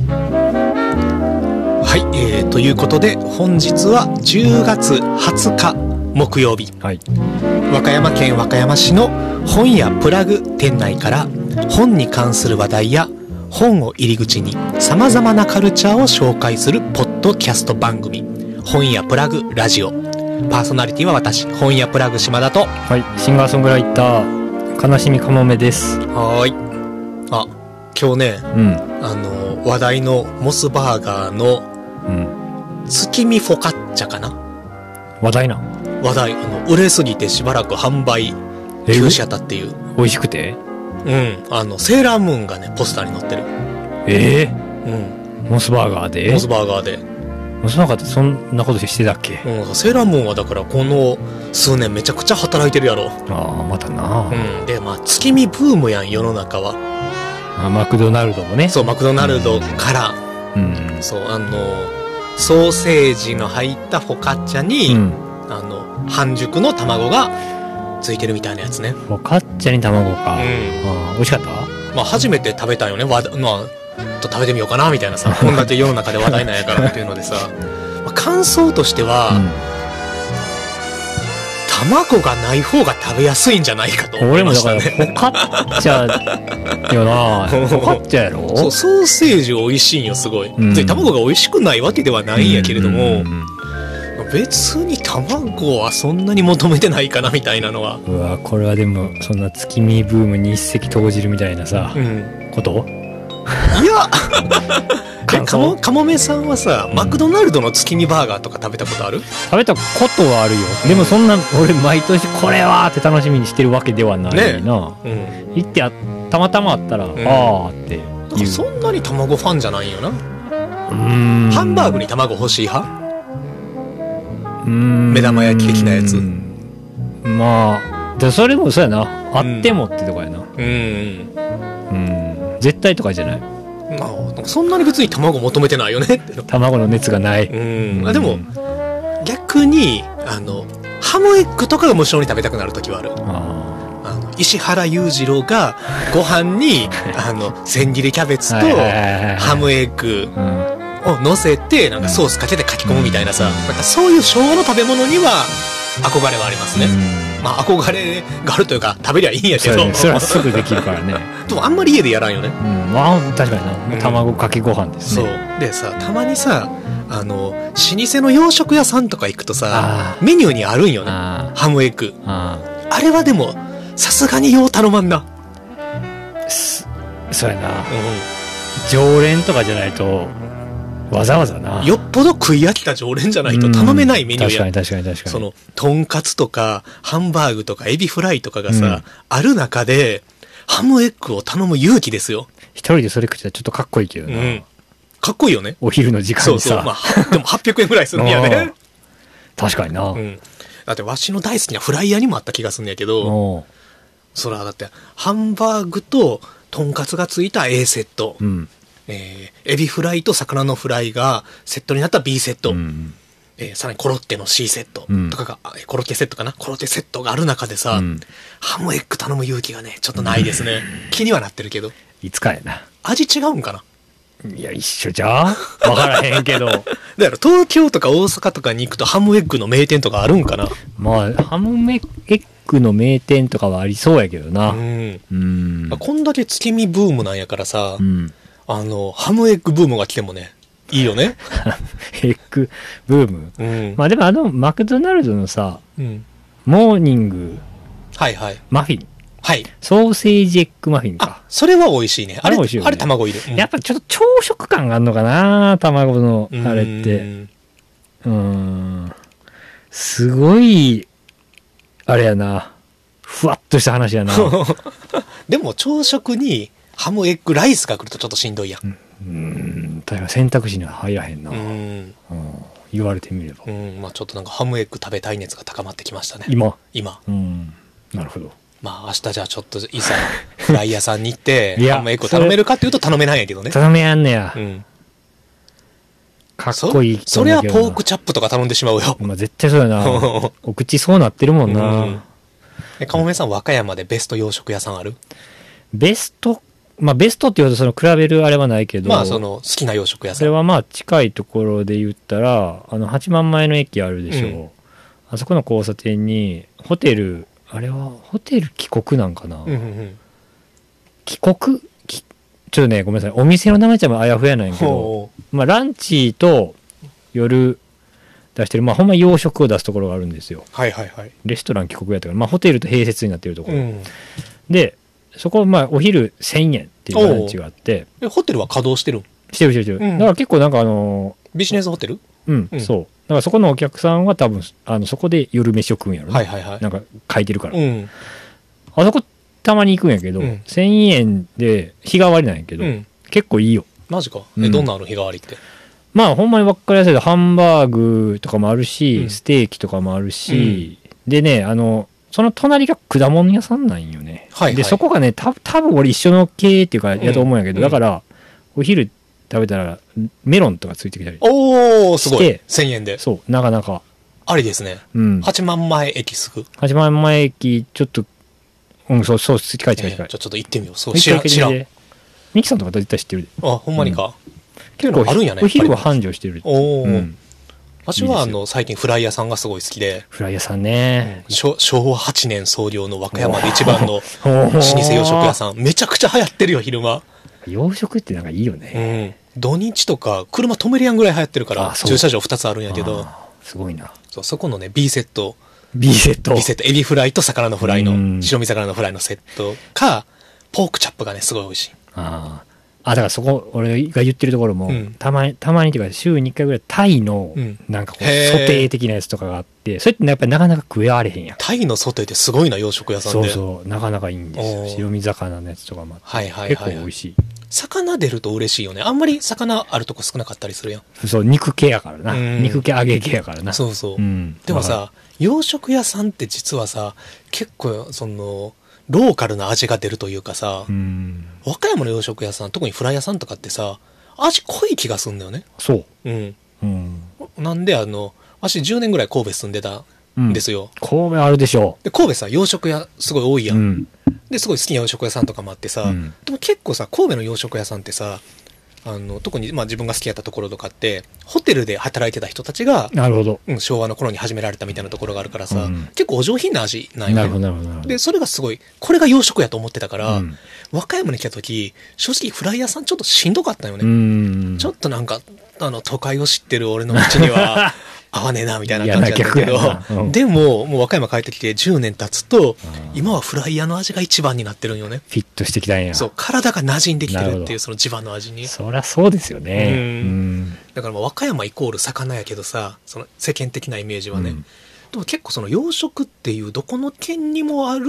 S1: はい、えーということで本日は10月20日木曜日
S2: はい。
S1: 和歌山県和歌山市の本やプラグ店内から本に関する話題や本を入り口にさまざまなカルチャーを紹介するポッドキャスト番組「本やプラグラジオ」パーソナリティは私本やプラグ島田と
S2: はい。シンガーソングライター、悲しみかもめです。
S1: はーいあ今日ね
S2: うん。
S1: あの話題のモスバーガーの
S2: うん。
S1: 月見フォカッチャかな
S2: 話題な。
S1: 話題あの売れすぎてしばらく販売
S2: え
S1: 休止やったっていう、
S2: 美味しくて
S1: うん、あのセーラームーンがねポスターに載ってる、
S2: ええ
S1: うん、
S2: モスバーガーで
S1: モスバーガーで
S2: その方そんなことしてたっけ、
S1: うん、セーラームーンはだからこの数年めちゃくちゃ働いてるやろ。
S2: ああまたな、
S1: うん。で、まあ、月見ブームやん、世の中は。
S2: あマクドナルドもね
S1: そう、マクドナルドから、
S2: うん
S1: そう、あの、ソーセージの入ったフォカッチャに、
S2: うん
S1: あの、半熟の卵がついてるみたいなやつね。
S2: フォカッチャに卵か、
S1: うん。
S2: あー美味しかった
S1: まあ、初めて食べたよね。わだまあ、ちょっと食べてみようかな、みたいな さ。こんだけ世の中で話題なんやからっていうのでさ。まあ感想としては、卵がない方が食べやすいんじゃないかと
S2: うん、
S1: 思い
S2: 俺
S1: ま
S2: もだ
S1: した
S2: からフ
S1: ね。
S2: ォカッチャよなフォカッチャやろ
S1: そう、ソーセージ美味しいんよ、すごい。
S2: ん
S1: で卵が美味しくないわけではないんやけれども、
S2: うんうん
S1: 別に卵はそんなに求めてないかな、みたいなのは。
S2: うんうわこれはでもそんな月見ブームに一石投じるみたいなさ、
S1: うん。
S2: こと
S1: い や、え
S2: 感
S1: か
S2: 想
S1: も、かもめさんはさ、マクドナルドの月見バーガーとか食べたことある
S2: 食べたことはあるよでもそんな俺毎年これはーって楽しみにしてるわけではないな、
S1: うん。
S2: 行ってあたまたまあったら、
S1: ん
S2: ああっていう
S1: だからそんなに卵ファンじゃないんよな。ハ
S2: ハ
S1: ンバーグに卵欲しい派目
S2: 目
S1: 玉焼き的なやつ
S2: まあでそれもそうやなあってもってとこやな、
S1: うん。
S2: うん、絶対とかじゃない
S1: まあ、なんかそんなに別に卵求めてないよねっていう
S2: 卵の熱がない、
S1: の。うん。
S2: う
S1: あ
S2: ん
S1: でも、逆に、あの、ハムエッグとかが無性に食べたくなる時はある。
S2: あ
S1: あの、石原裕次郎が、ご飯に、あの、千切りキャベツ
S2: ー
S1: と
S2: はい、はいはいはい
S1: ハムエッグ
S2: うん
S1: を乗せて、なんかソースかけてかき込むみたいなさ、なんかそういう昭和の食べ物には、憧れはありますね。
S2: うん
S1: まあ、憧れがあるというか、食べりゃいいんやけ
S2: そう
S1: ど、
S2: やねそれはすぐできるからね、
S1: でもあんまり家でやらんよね。
S2: うん、まあ確かにな
S1: うん
S2: 卵かけご飯です
S1: そう
S2: ね、。
S1: でさ、たまにさ、あの、老舗の洋食屋さんとか行くとさ
S2: あ、
S1: メニューにあるんよね。
S2: あ
S1: ハムエッグ。
S2: ーあ
S1: あれはでも、さすがによう頼まんな。
S2: ーすそうやな
S1: う。
S2: 常連とかじゃないとわざわざなん
S1: よっぽど食い飽きた常連じゃないと頼めないメニューや。
S2: うん確かに確かに確かに
S1: その、とんかつとか、ハンバーグとか、エビフライとかがさ、
S2: うん
S1: ある中で、ハムエッグを頼む勇気ですよ。
S2: 一人でそれ食ってたらちょっとかっこいいけど
S1: う
S2: な、
S1: ん。かっこいいよね。
S2: お昼の時間
S1: そう
S2: にさ
S1: そう。まあ、はでも800円ぐらいするんや ね。
S2: 確かにな、
S1: うん。だって、わしの大好きなフライヤーにもあった気がするんやけど、
S2: お
S1: そら、だって、ハンバーグと、とんかつがついた A セット、
S2: ううん
S1: えーエビフライと魚のフライがセットになった B セット、
S2: うん
S1: えーさらにコロッケの C セット
S2: うん
S1: とかが、あえーコロッケセットかなコロッケセットがある中でさ、
S2: うん
S1: ハムエッグ頼む勇気がね、ちょっとないですね。 気にはなってるけど。
S2: いつかやな
S1: 味違うんかない
S2: や一緒じゃわからへんけど
S1: だから東京とか大阪とかに行くとハムエッグの名店とかあるんかな
S2: まあハムエッグの名店とかはありそうやけど
S1: う。
S2: なんうん
S1: まあこんだけ月見ブームなんやからさ、
S2: うん
S1: あの、ハムエッグブームが来てもね、いいよ ね。
S2: エッグブーム
S1: うん。
S2: まあでもあのマクドナルドのさ
S1: うん。
S2: モーニング
S1: はいはい。
S2: マフィン
S1: はい。
S2: ソーセージエッグマフィンか
S1: あ、それは美味しいね。あれ、
S2: あれ美味しいよね
S1: あれ卵入れ。うん
S2: やっぱちょっと朝食感があるのかな卵のあれって。
S1: うん
S2: うーんすごい、あれやな。ふわっとした話 やな。う
S1: でも朝食にハムエッグライスが来るとちょっとしんどいやん。
S2: ーん、確かに選択肢には入らへんな。
S1: う
S2: うん
S1: ん。
S2: 言われてみれば
S1: う。ん。まあちょっとなんかハムエッグ食べたい熱が高まってきましたね。
S2: 今。
S1: 今。
S2: うん。なるほど。
S1: まあ明日じゃあちょっとい ざフライ屋さんに行って、
S2: いや
S1: ハムエッグを頼めるかっていうと頼めないんやけどね。
S2: 頼めやんねや
S1: う。ん。
S2: かっ
S1: そ
S2: こいいと
S1: そり
S2: 思
S1: ゃ
S2: うけど
S1: ポ
S2: な。
S1: ークチャップとか頼んでしまうよ。
S2: まあ絶対そうやな。お口そうなってるもん
S1: うん
S2: な。
S1: え、かもめさん和歌山でベスト洋食屋さんある
S2: ベスト、まあベストって言うとその比べるあれはないけど。
S1: まあその好きな洋食屋
S2: そ
S1: さ
S2: れ
S1: ん。
S2: はまあ近いところで言ったらあの八幡前の駅あるでしょう、
S1: うん
S2: あそこの交差点にホテルあれはホテル帰国なんかな、
S1: うんうんうん。
S2: 帰国きちょっとねごめんなさいお店の名前ちゃあやふやなんやけど、
S1: ほう。
S2: まあ、ランチと夜出してるまあほんま洋食を出すところがあるんですよ
S1: はいはいはい。
S2: レストラン帰国やったから、まあ、ホテルと併設になってるとこ
S1: う
S2: ろ、
S1: ん。
S2: でそこまあお昼1000円っていうランチがあって
S1: え、ホテルは稼働してるん
S2: してるしてるしてる、
S1: うん
S2: だから結構なんかあのー
S1: ビジネスホテル
S2: うん、
S1: うん
S2: そう。だからそこのお客さんは多分、あの、そこで夜飯を食うんやろね
S1: はいはいはい。
S2: なんか書いてるから。
S1: うん。
S2: あそこたまに行くんやけど、
S1: うん
S2: 1000円で日替わりなんやけど、
S1: うん。
S2: 結構いいよ。
S1: マジか。
S2: う
S1: え、
S2: ん
S1: どんなの日替わりって。
S2: まあほんまに分かりやすいけどハンバーグとかもあるし、
S1: うん
S2: ステーキとかもあるし、でねあのその隣が果物屋さんなんよね、
S1: はいはい
S2: でそこがねた多分俺一緒の系っていうかやと思うんやけど、
S1: うん
S2: だからお昼食べたらメロンとかついてきたり
S1: おー、すごい
S2: して。
S1: 1000円で。
S2: そうなかなか
S1: ありですね。
S2: うん
S1: 8万枚駅すぐ。
S2: 八幡前駅ちょっとうんそうそう近い近い
S1: え
S2: 近
S1: ー
S2: い
S1: ちょ、ちょっと行ってみよう。そう、知らん、知らん。
S2: ミキさんとか絶対知ってるで
S1: あ、ほんまにか。
S2: 結構
S1: あるんやね
S2: お昼は繁盛してる
S1: おー
S2: うん
S1: 私は、あ
S2: いいです
S1: の、最近フライ屋さんがすごい好きで、
S2: フライ屋さんね
S1: 昭昭和8年創業の和歌山で一番の
S2: お
S1: 老舗
S2: ー
S1: 洋食屋さん。めちゃくちゃ流行ってるよ、昼間。
S2: 洋食ってなんかいいよ
S1: う
S2: ね、
S1: ん。土日とか、車止めれやんぐらい流行ってるから
S2: あ、そう
S1: 駐車場2つあるんやけど、
S2: あーすごいな
S1: そうそこのね、B セット、
S2: B セット
S1: B セット、エビフライと魚のフライ
S2: うん
S1: の、白身魚のフライのセットか、ポークチャップがね、すごい美味しい。
S2: あーあだからそこ俺が言ってるところも、
S1: うん
S2: たまにたまにっていうか週に1回ぐらいタイの
S1: うん
S2: なんかこうソ
S1: へー
S2: テー的なやつとかがあってそれってやっぱりなかなか食えられへんやん
S1: タイのソテーってすごいな、洋食屋さん
S2: そう
S1: で。
S2: そうなかなかいいんですよ
S1: おー
S2: 白身魚のやつとかもあって
S1: はいはい
S2: 結
S1: は
S2: 構
S1: い
S2: 美
S1: はい
S2: 味。しい
S1: 魚出ると嬉しいよね。あんまり魚あるとこ少なかったりするやん。
S2: そう肉系やからな
S1: うん
S2: 肉系揚げ系やからな
S1: そうそう。
S2: うん
S1: でも
S2: わか
S1: さ、洋食屋さんって実はさ、結構、その、ローカルな味が出るというかさ、
S2: るうん
S1: 和歌山の洋食屋さん、特にフライ屋さんとかってさ、味濃い気がすんだよね。
S2: そう
S1: うん。
S2: うん
S1: なんで、あの、私10年ぐらい神戸住んでたんですよ。
S2: 神戸あるでしょ
S1: で、神戸さ、洋食屋すごい多いうや。
S2: うんん
S1: で、すごい好きな洋食屋さんとかもあってさ、
S2: うん
S1: でも結構さ、神戸の洋食屋さんってさ、あの、特に、まあ自分が好きやったところとかって、ホテルで働いてた人たちが、
S2: なるほど
S1: うん、昭和の頃に始められたみたいなところがあるからさ、
S2: うん
S1: 結構お上品な味なんよ、ね。
S2: なるほどなるほどなるほど
S1: で、それがすごい、これが洋食やと思ってたから、
S2: うん
S1: 和歌山に来た時、正直フライ屋さんちょっとしんどかったよね。
S2: うん
S1: ちょっとなんか、あの、都会を知ってる俺の口に は、合わねえな、みたいな感じだったけ
S2: いやな逆や
S1: ど、
S2: なうん
S1: でも、もう和歌山帰ってきて10年経つと
S2: あ、ー
S1: 今はフライ屋の味が一番になってるんよね。
S2: フィットしてきたんや
S1: そう、体が馴染んできて
S2: なる
S1: るっ
S2: ほ
S1: ていう、
S2: ど
S1: その地場の味に。
S2: そりゃそうですよね
S1: うん
S2: うん
S1: だからまあ和歌山イコール魚やけどさ、その世間的なイメージはね。
S2: うん
S1: でも結構その洋食っていうどこの県にもある、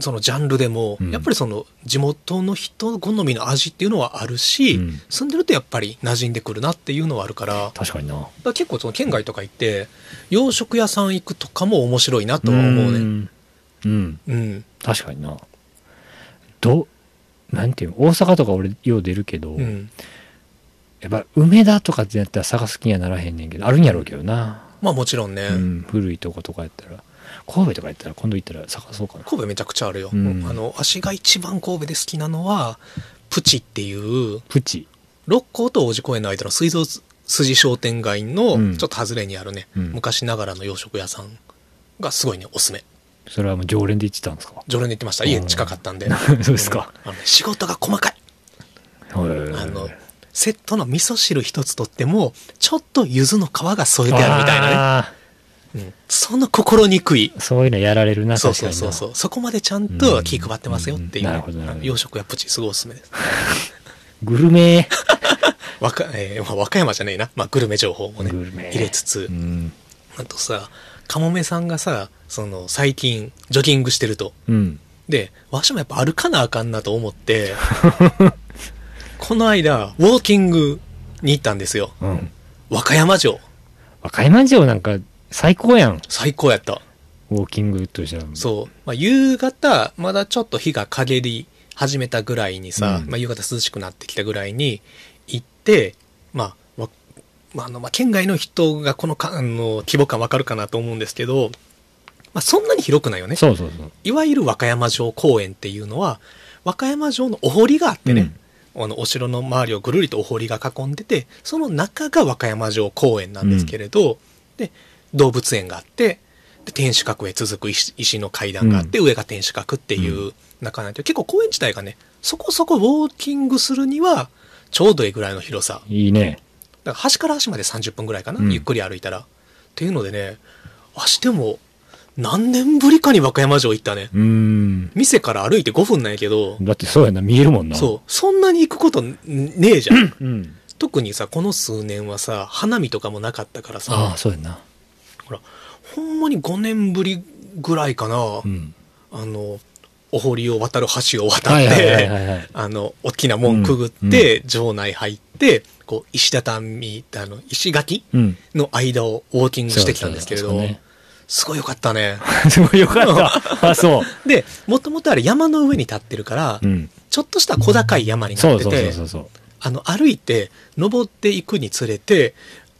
S1: そのジャンルでも、
S2: うん
S1: やっぱりその地元の人好みの味っていうのはあるし、
S2: うん
S1: 住んでるとやっぱり馴染んでくるなっていうのはあるから、だか
S2: 確かにな
S1: ら結構その県外とか行って、洋食屋さん行くとかも面白いなとは思うね。
S2: んうん
S1: うん。
S2: 確かになどなんていうの大阪とか俺よう出るけど
S1: うん。
S2: やっぱ梅田とかってやったら探す気にはならへんねんけどあるんやろうけどな
S1: まあもちろんね、
S2: うん、古いとことかやったら神戸とかやったら今度行ったら探そうかな
S1: 神戸めちゃくちゃあるよ。
S2: うん
S1: あの、足が一番神戸で好きなのは、プチっていう、
S2: プチ
S1: 六甲と王子公園の間の水蔵筋商店街
S2: う
S1: の
S2: ん
S1: ちょっと外れにあるね、
S2: うん
S1: 昔ながらの洋食屋さんがすごいね、おすすめ。
S2: それはもう常連で行ってたんですか
S1: 常連で言ってました。家近かったんで。
S2: そうですか
S1: うん。あのね仕事が細かい。あ
S2: あ
S1: の、セットの味噌汁一つとっても、ちょっと柚子の皮が添えてあるみたいなね。
S2: あ
S1: うんその心にくい
S2: ー。そういうのやられるな
S1: そう
S2: 確か
S1: そ
S2: に
S1: う
S2: な
S1: そうそう。そこまでちゃんと気配ってますよっていう。
S2: うんなるほどなるほど
S1: 洋食屋プチ、すごいおすすめです。
S2: グルメ
S1: 和歌 えーまあ和歌山じゃねえな。まあ、グルメ情報もね、
S2: グルメ
S1: 入れつつ
S2: う。ん、
S1: あとさ、カモメさんがさ、その、最近、ジョギングしてると。
S2: うん、
S1: で、わしもやっぱ歩かなあかんなと思 って、この間、ウォーキングに行ったんですよ。
S2: うん、
S1: 和歌山城。
S2: 和歌山城なんか最高やん
S1: 最高やった。
S2: ウォーキングとしては
S1: そう。まあ、夕方、まだちょっと日が陰り始めたぐらいにさ、
S2: うん
S1: まあ、夕方涼しくなってきたぐらいに行って、まあ、わまあ、あの、まあ、県外の人がこのか、あの、規模感わかるかなと思うんですけど、まあ、そんなに広くないよね。
S2: そうそうそう
S1: いわゆる和歌山城公園っていうのは、和歌山城のお堀があってね、あのお城の周りをぐるりとお堀が囲んでて、その中が和歌山城公園なんですけれど、で、動物園があって、で、天守閣へ続く石石の階段があって、上が天守閣っていう中なんて、結構公園自体がね、そこそこウォーキングするには、ちょうどいいぐらいの広さ。
S2: いいね
S1: だから端から端まで30分ぐらいかな、
S2: うん
S1: ゆっくり歩いたら。っていうのでね、あしても、何年ぶりかに和歌山城行ったね。
S2: うん
S1: 店から歩いて5分なんやけど、
S2: だってそうやな見えるもんな
S1: そう、そんなに行くことねえじゃん。
S2: う、うん、
S1: 特にさ、この数年はさ、花見とかもなかったから
S2: あ
S1: さ
S2: あ、そうやな
S1: ほら、ほんまに5年ぶりぐらいかな、
S2: うん
S1: あの、お堀を渡る橋を渡っ
S2: はいはいはい
S1: て、
S2: はいはい
S1: あの、大きな門くぐって、城内入っって、こう、石畳、あの、石垣
S2: うん。
S1: の間をウォーキングしてきたんですけれ
S2: そ
S1: ど
S2: うそうそうそうね、
S1: すごい良かったね。
S2: すごいよか った。あ、そう。
S1: で、もともとあれ山の上に立ってるから
S2: う、ん。
S1: ちょっとした小高い山にな
S2: そ
S1: っ
S2: う
S1: て
S2: そうそう
S1: て
S2: そ、うそう。
S1: あの、歩いて、登っていくにつれて、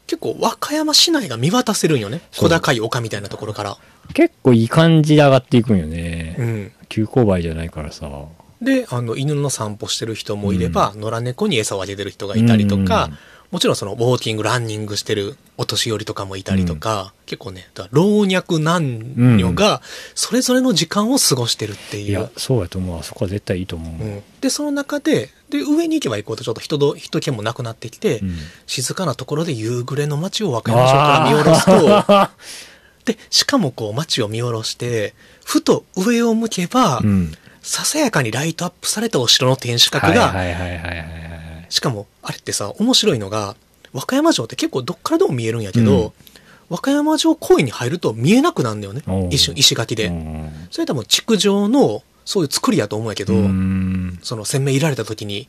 S1: 結構和歌山市内が見渡せるんよね。
S2: そう
S1: 小高い丘みたいなところから。
S2: 結構いい感じで上がっていくんよね。
S1: うん。
S2: 急勾配じゃないからさ。
S1: で、あの、犬の散歩してる人もいれば、野良猫に餌をあげてる人がいたりとか、
S2: うん
S1: もちろんその、ウォーキング、ランニングしてるお年寄りとかもいたりとか、結構ね、だから老若男女が、それぞれの時間を過ごしてるって
S2: い
S1: いう。
S2: や、そうやと思う。あそこは絶対いいと思
S1: う
S2: う。
S1: ん、で、その中で、で、上に行けば行こうとちょっと人ど、人気もなくなってきて、
S2: うん
S1: 静かなところで夕暮れの街を和歌山城から見下ろすと、
S2: あー
S1: で、しかもこう街を見下ろして、ふと上を向けば、
S2: うん。
S1: ささやかにライトアップされたお城の天守閣が、
S2: はいはいはいはいはいはい。
S1: しかも、あれってさ、面白いのが、和歌山城って結構どっからでも見えるんやけど、
S2: うん
S1: 和歌山城公園に入ると見えなくなるんだよね
S2: おう。
S1: 一瞬、石垣で。
S2: うん
S1: それ多分築城の、そういう作りやと思うんやけど、
S2: うん
S1: その洗面いられた時に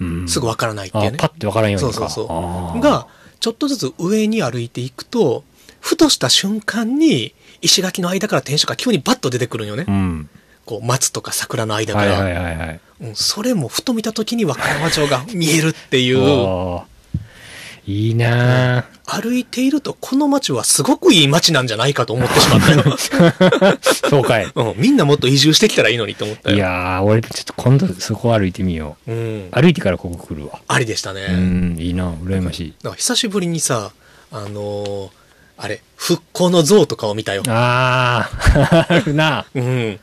S2: うん
S1: すぐわからないって
S2: あ
S1: いうね。
S2: パッて分からんよう
S1: そ
S2: に
S1: う
S2: か
S1: そうそ
S2: あ
S1: う。
S2: ー
S1: が、ちょっとずつ上に歩いていくと、ふとした瞬間に、石垣の間から天守が急にバッと出てくるんよね。
S2: うん
S1: こう、松とか桜の間か
S2: はい
S1: ら。
S2: はいはいはい
S1: うんそれもふと見た時に和歌山城が見えるっていう、
S2: あーいいなあ
S1: 歩いているとこの街はすごくいい街なんじゃないかと思ってしまったよ。
S2: そうかい
S1: うん、みんなもっと移住してきたらいいのにと思ったよ。
S2: いやー俺ちょっと今度そこ歩いてみよ
S1: う。
S2: うん歩いてからここ来るわ
S1: ありでしたね。
S2: うんいいな羨ましい
S1: だから久しぶりにさ、あのーあれ、復興の像とかを見たよ。
S2: あー あるな
S1: うん。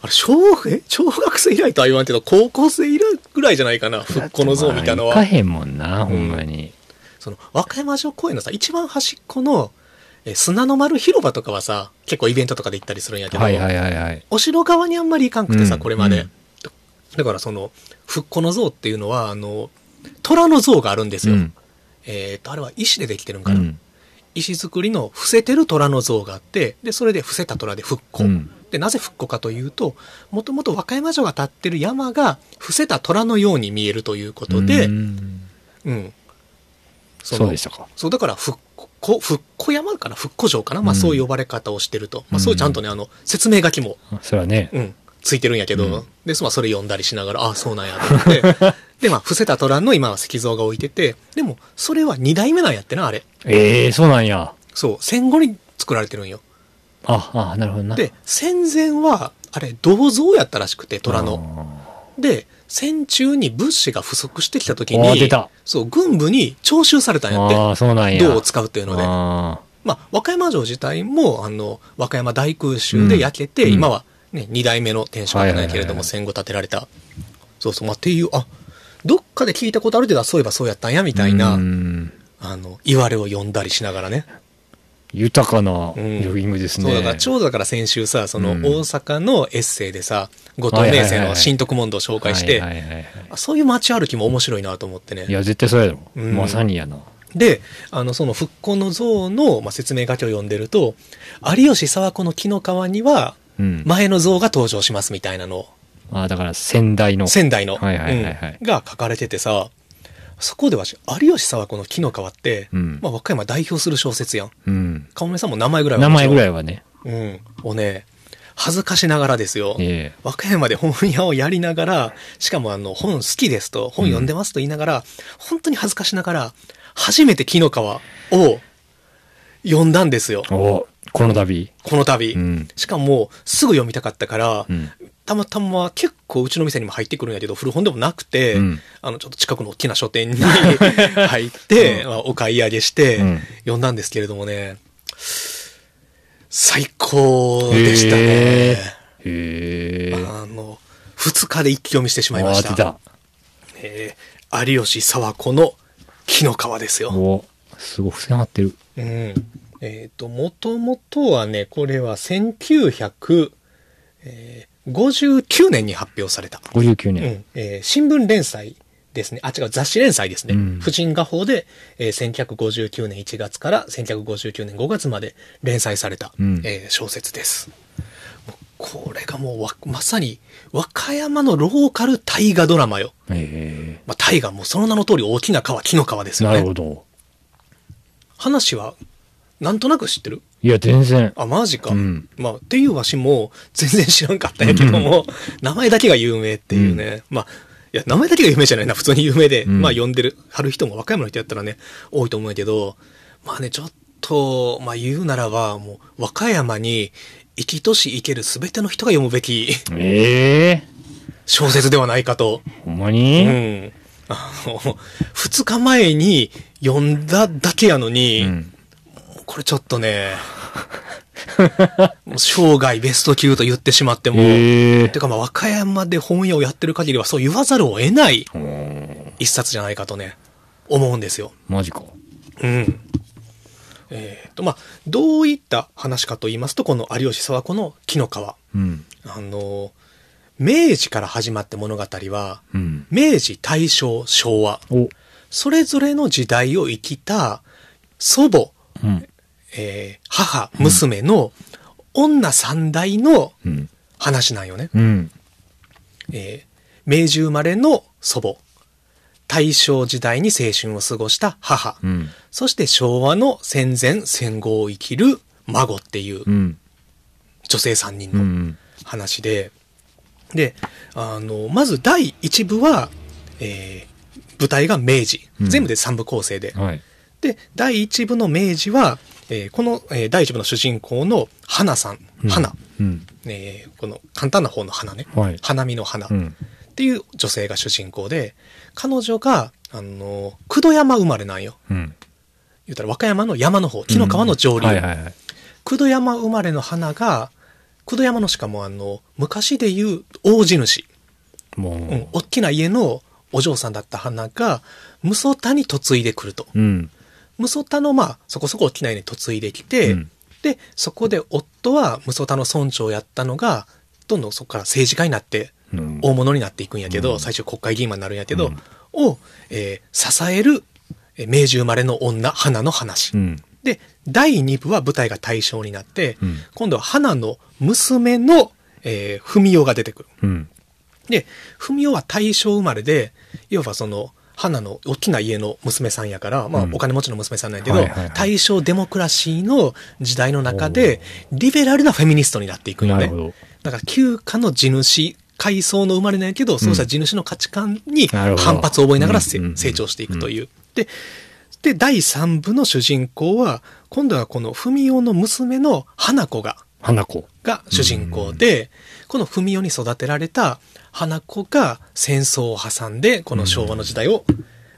S1: あれ、小学、え小学生以来とは言わんけど、高校生以来ぐらいじゃないかな、復興の像みたいなの
S2: まあ
S1: は
S2: 行。かへんもんなほんまに
S1: その、和歌山城公園のさ、一番端っこの、え砂の丸広場とかはさ、結構イベントとかで行ったりするんやけど、
S2: はいはいはいはい
S1: お城側にあんまり行かんくてさ、
S2: うん
S1: これまで。
S2: うん
S1: だからその、復興の像っていうのは、あの、虎の像があるんです
S2: う
S1: よ。
S2: ん
S1: えっと、あれは石でできてるん
S2: う
S1: かな。
S2: ん
S1: 石造りの伏せてる虎の像があって、で、それで伏せた虎で復興。
S2: うん
S1: で、なぜ復興かというと、もともと和歌山城が立ってる山が伏せた虎のように見えるということで、
S2: う
S1: うん。
S2: ん
S1: そ
S2: そうで
S1: し
S2: したか
S1: そう、だから復興、復興山かな復興城かなまあ
S2: うん
S1: そういう呼ばれ方をしてると。まあそういうちゃんとね、あの、説明書きも、
S2: あそれはね
S1: うん、ついてるんやけど、
S2: うん
S1: で、まあそれ読んだりしながら、ああ、そうなんやと思って。 で、まあ伏せた虎の今は石像が置いてて、でも、それは二代目なんやってな、あれ。
S2: ええそうなんや
S1: そう、戦後に作られてるんよ。
S2: ああなるほどな
S1: で、戦前は、あれ、銅像やったらしくて、虎の。
S2: の
S1: で、戦中に物資が不足してきた時
S2: あー
S1: に、
S2: 出た
S1: そう、軍部に徴収されたんやって。
S2: ああそうなんや
S1: 銅を使うっていうので。
S2: あ
S1: まあ、和歌山城自体も、あの、和歌山大空襲で焼けて、
S2: うん
S1: 今はね、二代目の天守閣ないけれ
S2: はいはいは
S1: ど
S2: いは
S1: も、
S2: い
S1: 戦後建てられた。そうそう、まあ、っていう、あ、どっかで聞いたことあるけど、あそういえばそうやったんや、み
S2: ー
S1: たいうな、
S2: ん
S1: あの、言われを読んだりしながらね。
S2: 豊かなジ
S1: うん
S2: ョギングですね。
S1: そうだから、ちょうどだから先週さ、その
S2: うん
S1: 大阪のエッセイでさ、後藤明生の新徳問答を紹介して
S2: はい、はいはいはい
S1: あそういう街歩きも面白いなと思ってね
S2: い。や、絶対そうやろ。
S1: うん
S2: まさにやな。
S1: で、あの、その復興の像の、まあ、説明書きを読んでると、有吉沢子の木の皮には、
S2: うん。
S1: 前の像が登場しますみたいなの、
S2: ああ、だから仙台の。
S1: 仙台の、
S2: はいはいはいはい
S1: うんが書かれててさ、そこではし有吉沢子の木の皮って、
S2: うん
S1: まあ、和歌山代表する小説やん。
S2: うん。
S1: かもめさんも名前ぐらいは
S2: 名前ぐら
S1: い。
S2: いはね。
S1: うん。をね、恥ずかしながらですよ。
S2: え
S1: 和歌山で本屋をやりながら、しかもあの、本好きですと、本読んでますと言いながら、本当に恥ずかしながら、初めて木の皮を読んだんですよ。
S2: えおこの度。
S1: この度。
S2: うん。
S1: しかも、すぐ読みたかったから
S2: う、ん。
S1: たまたま結構うちの店にも入ってくるんやけど、古本でもなくて、
S2: うん
S1: あの、ちょっと近くの大きな書店に入 って、まあお買い上げして、
S2: うん
S1: 読んだんですけれどもね、最高でしたね。
S2: へえ。へえ。
S1: あの、二日で一気読みしてしまいま
S2: あ
S1: し
S2: あ、
S1: た。
S2: 出た。
S1: えー有吉沢子の木の皮ですよ。
S2: おすごい、付箋貼ってる。
S1: うん。えっ、と、もともとはね、これは1959年に発表された。
S2: 59
S1: う
S2: 年。
S1: ん。えー新聞連載ですね。あ、違う、雑誌連載ですね。
S2: うん
S1: 婦人画報で、えー1959年1月から1959年5月まで連載された、
S2: うん
S1: えー小説です。もうこれがもうわ、まさに、和歌山のローカル大河ドラマよ。
S2: え
S1: まあ、大河もその名の通り大きな川、木の川で
S2: え
S1: すよ
S2: なる
S1: ね
S2: ほ。ど。
S1: 話は、なんとなく知ってる
S2: いや、全然。
S1: あ、マジか。
S2: うん
S1: まあ、っていうわしも全然知らんかったんやけども、名前だけが有名っていうね。まあ、いや、名前だけが有名じゃないな、普通に有名で、
S2: うん
S1: まあ、呼んでる、貼る人も和歌山の人やったらね、多いと思うんやけど、まあね、ちょっと、まあ、言うならば、もう、和歌山に、生きとし生けるすべての人が読むべき
S2: ええ
S1: 小説ではないかと。
S2: ほんま
S1: う
S2: に、
S1: ん。あの、二日前に読んだだけやのに、
S2: うん
S1: これちょっとね、 もう生涯ベスト級と言ってしまっても、
S2: ええ
S1: てかまあ和歌山で本屋をやってる限りはそう言わざるを得ない
S2: うん
S1: 一冊じゃないかとね、思うんですよ。
S2: マジか。
S1: うん。えっ、とまあ、どういった話かと言いますと、この有吉沢子の木の川。
S2: うん。
S1: あの、明治から始まって物語は、
S2: うん。
S1: 明治、大正、昭和、
S2: お。
S1: それぞれの時代を生きた祖母、
S2: うん。
S1: えー母、娘の女三代の
S2: うん。
S1: 話なんよね。
S2: うん。
S1: えー明治生まれの祖母、大正時代に青春を過ごした母、
S2: うん。
S1: そして昭和の戦前戦後を生きる孫っていう
S2: うん。
S1: 女性3人
S2: う
S1: の
S2: ん。
S1: 話で、で、あの、まず第1部は、えー舞台が明治。
S2: うん
S1: 全部で3部構成で。
S2: はい。
S1: で、第1部の明治は、えーこの、えー第1部の主人公の花さん、
S2: うん
S1: 花、。
S2: うん。
S1: えーこの簡単な方の花ね、
S2: はい
S1: 花見の花っ
S2: うん。
S1: ていう女性が主人公で、彼女が、あの、九度山生まれなんよ。
S2: うん。
S1: 言ったら和歌山の山の方、紀の川の上流。
S2: はいはいはい。
S1: 九度山生まれの花が、九度山のしかもあの、昔で言う大地主、
S2: も
S1: うん、大きな家のお嬢さんだった花が、無ソタに嫁いでくると。
S2: う。うん。
S1: 無ソタのまあそこそこ大きな家に嫁いできて、
S2: うん
S1: でそこで夫は無ソタの村長をやったのがどんどんそこから政治家になって
S2: うん
S1: 大物になっていくんやけど、
S2: うん
S1: 最終国会議員になるんやけど、
S2: うん
S1: を、えー支えるえー明治生まれの女花の話、
S2: うん。
S1: で第2部は舞台が対象になって、
S2: うん
S1: 今度は花の娘の、えー、文代が出てくる
S2: うん。
S1: で、文雄は大正生まれで、いわばその、花の大きな家の娘さんやから、まあ
S2: うん
S1: お金持ちの娘さんなんやけど、
S2: はいはいはい
S1: 大正デモクラシーの時代の中で、リベラルなフェミニストになっていくよ
S2: な
S1: ね
S2: るほ。ど。
S1: だから旧家の地主、階層の生まれなんやけど、そうした地主の価値観に
S2: なるほど
S1: 反発を覚えながらせ
S2: うんうんうん
S1: 成長していくという。で、で、第3部の主人公は、今度はこの文雄の娘の花子が、
S2: 花子。
S1: が主人公で、この文代に育てられた花子が戦争を挟んで、この昭和の時代を、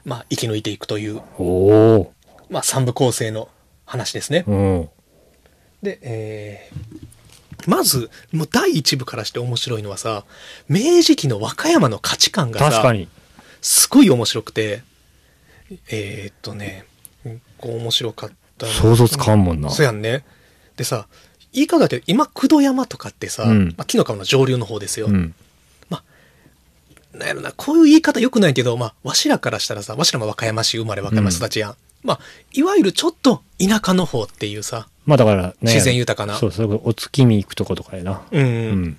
S1: まあ、生き抜いていくという、
S2: おお。
S1: まあ、三部構成の話ですね。
S2: うん。
S1: で、えーまず、もう第一部からして面白いのはさ、明治期の和歌山の価値観がさ、
S2: 確かに。
S1: すごい面白くて、えーっとね、うんこう面白かったな
S2: 想像つかんもんな。
S1: そうやんね。でさ、いいかがで、今、工藤山とかってさ、
S2: うん
S1: まあ、木の川の上流の方ですよ。
S2: うん。
S1: なんやろな、こういう言い方良くないけど、まあ、わしらからしたらさ、わしらも和歌山市生まれ和歌山育ちやん。まあ、いわゆるちょっと田舎の方っていうさ、
S2: まあだからね。
S1: 自然豊かな
S2: そう、そう、お月見行くとことかやな。
S1: うん。
S2: うん。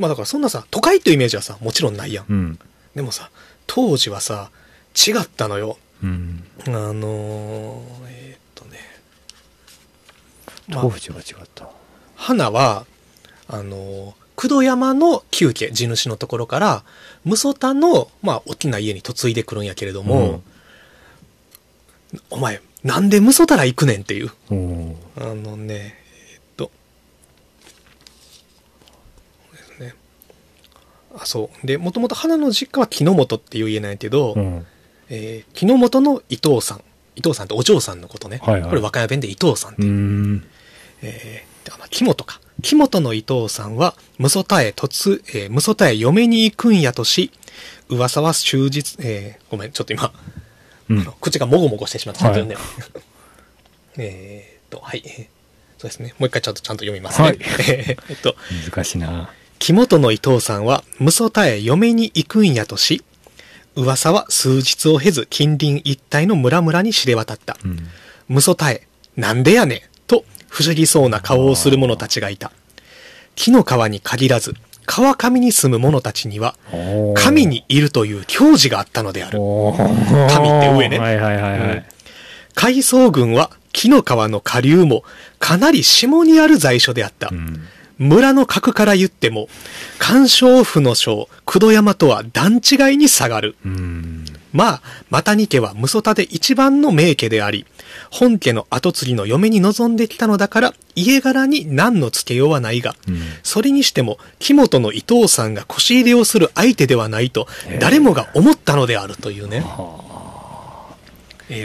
S1: まあだからそんなさ、都会というイメージはさ、もちろんないやん。
S2: うん。
S1: でもさ、当時はさ、違ったのよ。
S2: うん。
S1: あのー、えーっとね。ま
S2: 豆
S1: あ、
S2: 腐が違った。
S1: 花は、あのー、工藤山の旧家、地主のところから、無ソタの、まあ、大きな家に嫁いでくるんやけれども、お前、なんで無ソたら行くねんっていう。
S2: うん、おー
S1: あのね、えーっと。これですね。あ、そう。で、もともと花の実家は木の本っていう家なんやけど、
S2: うん。
S1: えー木の本の伊藤さん。伊藤さんってお嬢さんのことね。
S2: はいはい
S1: これ和歌山弁で伊藤さんって。
S2: うん。
S1: えー、あまあ木本か。木本の伊藤さんは、無ソタへ突、えー、無ソタへ嫁に行くんやとし、噂は終日、えーごめん、ちょっと今、
S2: うん
S1: あの口がもごもごしてしまった。ちゃんと
S2: はい
S1: 読んで。 えーっと、はい。えーそうですね。もう一回ちゃんとちゃんと読みますね。
S2: はい
S1: えーっと、
S2: 難しいな。
S1: 木本の伊藤さんは、無ソタへ嫁に行くんやとし、噂は数日を経ず近隣一帯の村々に知れ渡った。
S2: うん。
S1: 無ソタへ、なんでやねんと不思議そうな顔をする者たちがいた。木の皮に限らず、川上に住む者たちには、
S2: おー
S1: 神にいるという教示があったのである。
S2: おー
S1: 神って上ね
S2: はいはいはいは
S1: うん
S2: い。
S1: 海藻群は木の川の下流もかなり下にある在所であった。
S2: うん
S1: 村の格から言っても、関渉府の省、工藤山とは段違いに下がる。
S2: うん。
S1: まあ、マタニ家は無ソタで一番の名家であり、本家の跡継ぎの嫁に望んできたのだから、家柄に何のつけようはないが、
S2: うん
S1: それにしても、木本の伊藤さんが腰入れをする相手ではないと、誰もが思ったのであるというね。えー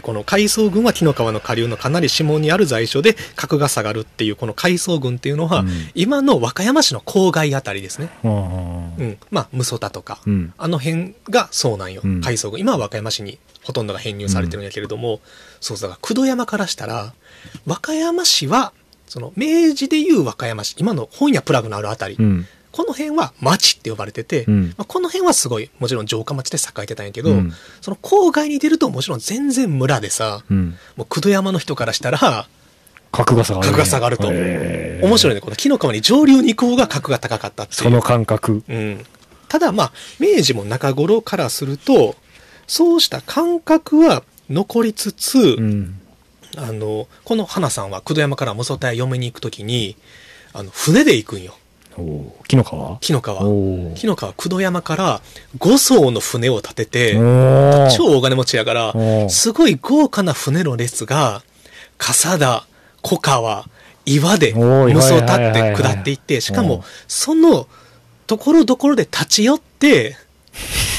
S1: この海藻群は紀の川の下流のかなり下にある在所で格が下がるっていうこの海藻群っていうのは、
S2: うん
S1: 今の和歌山市の郊外あたりですね、
S2: うん
S1: うん、まあ武祖田とか、
S2: うん
S1: あの辺がそうなんよ、
S2: うん
S1: 海藻群今は和歌山市にほとんどが編入されてるんやけれども、そうだから工藤山からしたら和歌山市はその明治でいう和歌山市今の本屋プラグのあるあたり、
S2: うん。
S1: この辺は町って呼ばれてて、
S2: うん
S1: まあ、この辺はすごいもちろん城下町で栄えてたんやけど、
S2: うん
S1: その郊外に出るともちろん全然村でさ、
S2: うん。
S1: もう工藤山の人からしたら
S2: 格が下がるね。
S1: 格が下がると、
S2: へー
S1: 面白いねこの木の川に上流に行こうが格が高かったっていう
S2: その感覚。
S1: うん、ただまあ明治も中頃からするとそうした感覚は残りつつ、
S2: うん。
S1: あのこの花さんは工藤山から武蔵田へ嫁に行く時にあの船で行くんよ
S2: おー木の皮お
S1: 木の川
S2: ー
S1: 木の川工藤山から5艘の船を建てて、
S2: おー
S1: 超大金持ちやから、
S2: うん
S1: すごい豪華な船の列が、笠田、小川、岩で、
S2: おー
S1: 無双立
S2: は
S1: っ
S2: いはいはい
S1: て
S2: はい
S1: 下っていって、しか
S2: うん
S1: も、その、ところどころで立ち寄 って、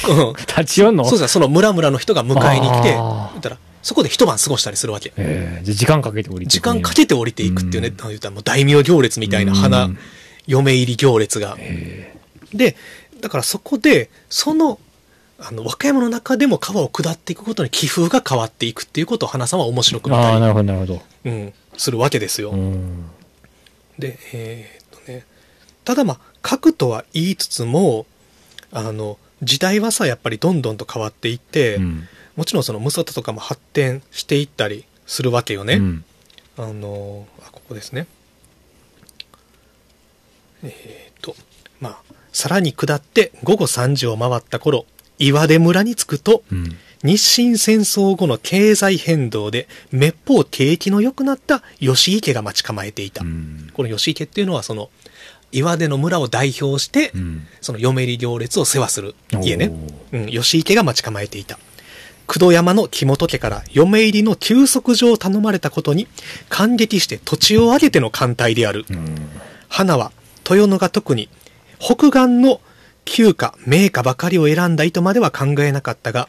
S1: うん
S2: 立ち寄んの
S1: そうさ、その村々の人が迎えに来て、
S2: あー
S1: 言ったら、そこで一晩過ごしたりするわけ。
S2: えーじゃあ時間かけて降りて
S1: 時
S2: くる
S1: 間
S2: んや
S1: かけて降りていくっていうね、
S2: うん
S1: 言ったらもう大名行列みたいな
S2: う
S1: 花
S2: ん、
S1: 嫁入り行列が。
S2: へ
S1: で、だからそこで、その、あの、和歌山の中でも川を下っていくことに気風が変わっていくっていうことを花さんは面白く
S2: ーああ、
S1: 見た
S2: なるほど、なるほど。
S1: り、うん、するわけですよ。
S2: うん。
S1: で、えーっとね、ただまあ、書くとは言いつつも、あの、時代はさ、やっぱりどんどんと変わっていって、
S2: うん
S1: もちろんその無沙汰とかも発展していったりするわけよね。
S2: うん
S1: あのあここですねえっ、とまあさらに下って午後3時を回った頃岩出村に着くと
S2: うん
S1: 日清戦争後の経済変動で滅法景気の良くなった吉池が待ち構えていた、
S2: うん
S1: この吉池っていうのはその岩出の村を代表して、
S2: うん
S1: その嫁入り行列を世話する家ね
S2: おー、
S1: うん、吉池が待ち構えていた工藤山の木本家から嫁入りの休息所を頼まれたことに感激して土地を挙げての艦隊である、
S2: うん
S1: 花は豊野が特に北岸の旧家名家ばかりを選んだ意図までは考えなかったが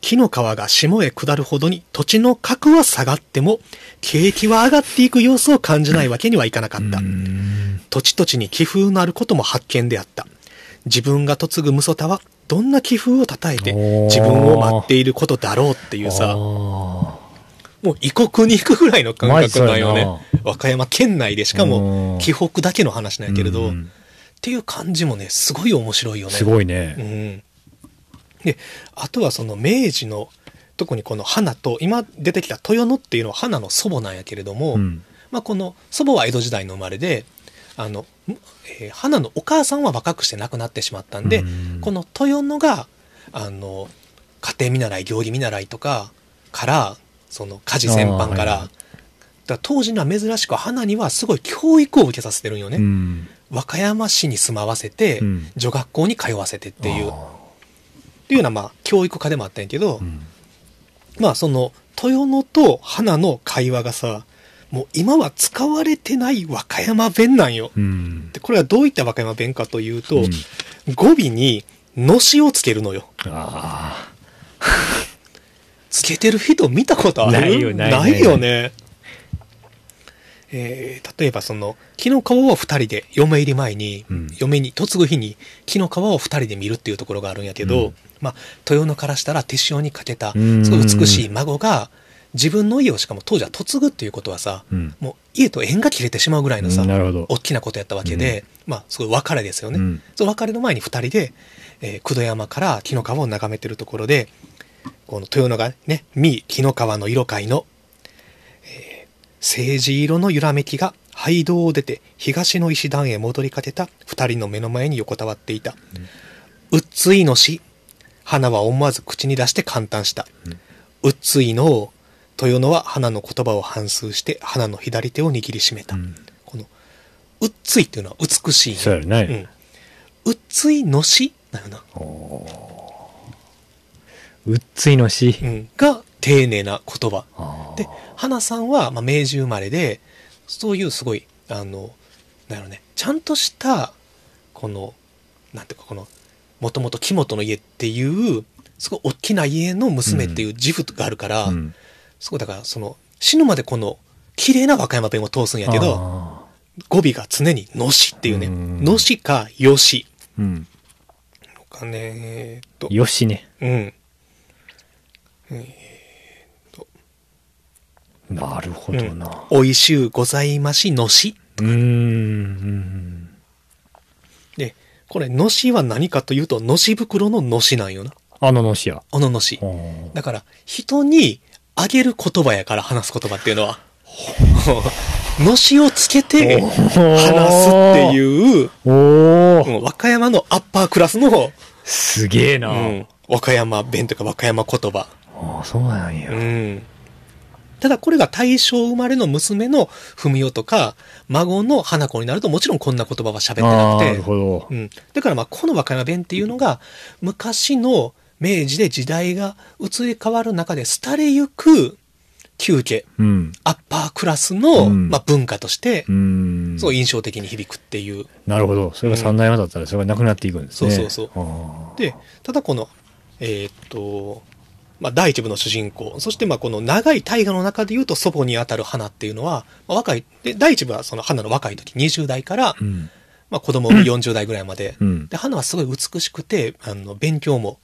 S1: 木の川が下へ下るほどに土地の格は下がっても景気は上がっていく様子を感じないわけにはいかなかった、
S2: うん
S1: 土地土地に気風のあることも発見であった。自分が嫁ぐ無ソタは、どんな気風を叩いて、
S2: おー
S1: 自分を待っていることだろうっていう
S2: あ
S1: さ、
S2: ー
S1: もう異国に行くぐらいの感
S2: マジ
S1: 覚
S2: そう
S1: なん
S2: やな
S1: よね。和歌山県内で、しか
S2: うん
S1: も、紀北だけの話なんやけれど、
S2: う
S1: っ
S2: ん
S1: ていう感じもね、すごい面白いよね。
S2: すごいうね。
S1: ん。で、あとはその明治の、特にこの花と、今出てきた豊野っていうのは花の祖母なんやけれども、
S2: うん
S1: まあ、この祖母は江戸時代の生まれであの、んえー花のお母さんは若くして亡くなってしまったんで、
S2: うん
S1: この豊野があの家庭見習い行儀見習いとかからその家事全般か
S2: あーはい
S1: ら,、
S2: は
S1: だ
S2: い
S1: から当時には珍しく花にはすごい教育を受けさせてるんよね、
S2: うん
S1: 和歌山市に住まわせて、
S2: うん
S1: 女学校に通わせてっていうっ
S2: あ
S1: ていうようなまあ教育家でもあったんやけど、
S2: ーうん
S1: まあその豊野と花の会話がさもう今は使われてない和歌山弁なんよ。
S2: うん
S1: でこれはどういった和歌山弁かというと、
S2: うん
S1: 語尾に「のし」をつけるのよ。
S2: あ
S1: つけてる人見たことある
S2: ないよないない
S1: よね。えー例えばその木の皮を2人で嫁入り前に、
S2: うん
S1: 嫁に嫁ぐ日に木の皮を2人で見るっていうところがあるんやけど、
S2: うん
S1: まあ、豊野からしたら手塩にかけた
S2: うん
S1: すごい美しい孫が自分の家をしかも当時は嫁ぐっていうことはさ、
S2: ーうん
S1: もう家と縁が切れてしまうぐらいのさ、
S2: うんなるほど
S1: 大きなことやったわけで、まあすごい別れですよね、
S2: うん
S1: その別れの前に2人で、えー工藤山から木の川を眺めてるところでこの豊野がね「三木の川の色会の、えー、青磁色の揺らめきが廃道を出て東の石段へ戻りかけた二人の目の前に横たわっていた。うっついのし、花は思わず口に出して感嘆した。うっついのを、豊野は花の言葉を反芻して、花の左手を握りしめた。
S2: うん
S1: この、うっついっていうのは美しい。
S2: そうやろね
S1: うん。うっついのし、だよな。
S2: うっついのし。
S1: うん。が、丁寧な言葉。
S2: あー
S1: で、花さんは、まあ、明治生まれで、そういうすごい、あの、なんやろね、ちゃんとした、この、なんていうか、この、もともと木本の家っていう、すごい大きな家の娘っていう自負があるから、
S2: うん。
S1: すごいだから、その、死ぬまでこの、綺麗な和歌山弁を通すんやけど、
S2: あ
S1: 語尾が常に、のしっていうね、
S2: うん
S1: のしか、よし。
S2: ーうん。
S1: のかね、えーっと、
S2: よしね。
S1: うん。
S2: なるほ
S1: う
S2: ど
S1: ん
S2: な。
S1: おいしゅうございまし、のし。
S2: うーん。
S1: で、これ、のしは何かというと、のし袋ののしなんよな。
S2: あののしや。
S1: あののし
S2: あ。ー
S1: だから、人にあげる言葉やから、話す言葉っていうのは。のしをつけて、話すっていう、
S2: お
S1: う
S2: ー
S1: ん和歌山のアッパークラスの、
S2: すげえな。
S1: うん、和歌山弁というか和歌山言葉。
S2: ああ、そうなんや
S1: う。ん。ただこれが大正生まれの娘の文代とか、孫の花子になるともちろんこんな言葉は喋って
S2: あ
S1: な
S2: あー、な
S1: く
S2: る
S1: て。
S2: ほど
S1: う。ん。だからまあこの和歌山弁っていうのが、昔の明治で時代が移り変わる中で廃れゆく旧家、
S2: うん。
S1: アッパークラスの、
S2: うん
S1: まあ文化として
S2: う、ーん。
S1: すごい印象的に響くっていう。
S2: なるほど。それが三代目だったら、それがなくなっていくんですね。
S1: そうそう
S2: そう。あ
S1: で、ただこの、えーっと、まあ、第一部の主人公、そしてまあこの長い大河の中で言うと祖母にあたる花っていうのは、まあ、若い、で、第一部はその花の若い時、20代から
S2: ー、うん。
S1: まあ子供を産む40代ぐらいまで、
S2: うん。
S1: で、花はすごい美しくて、あの、勉強も、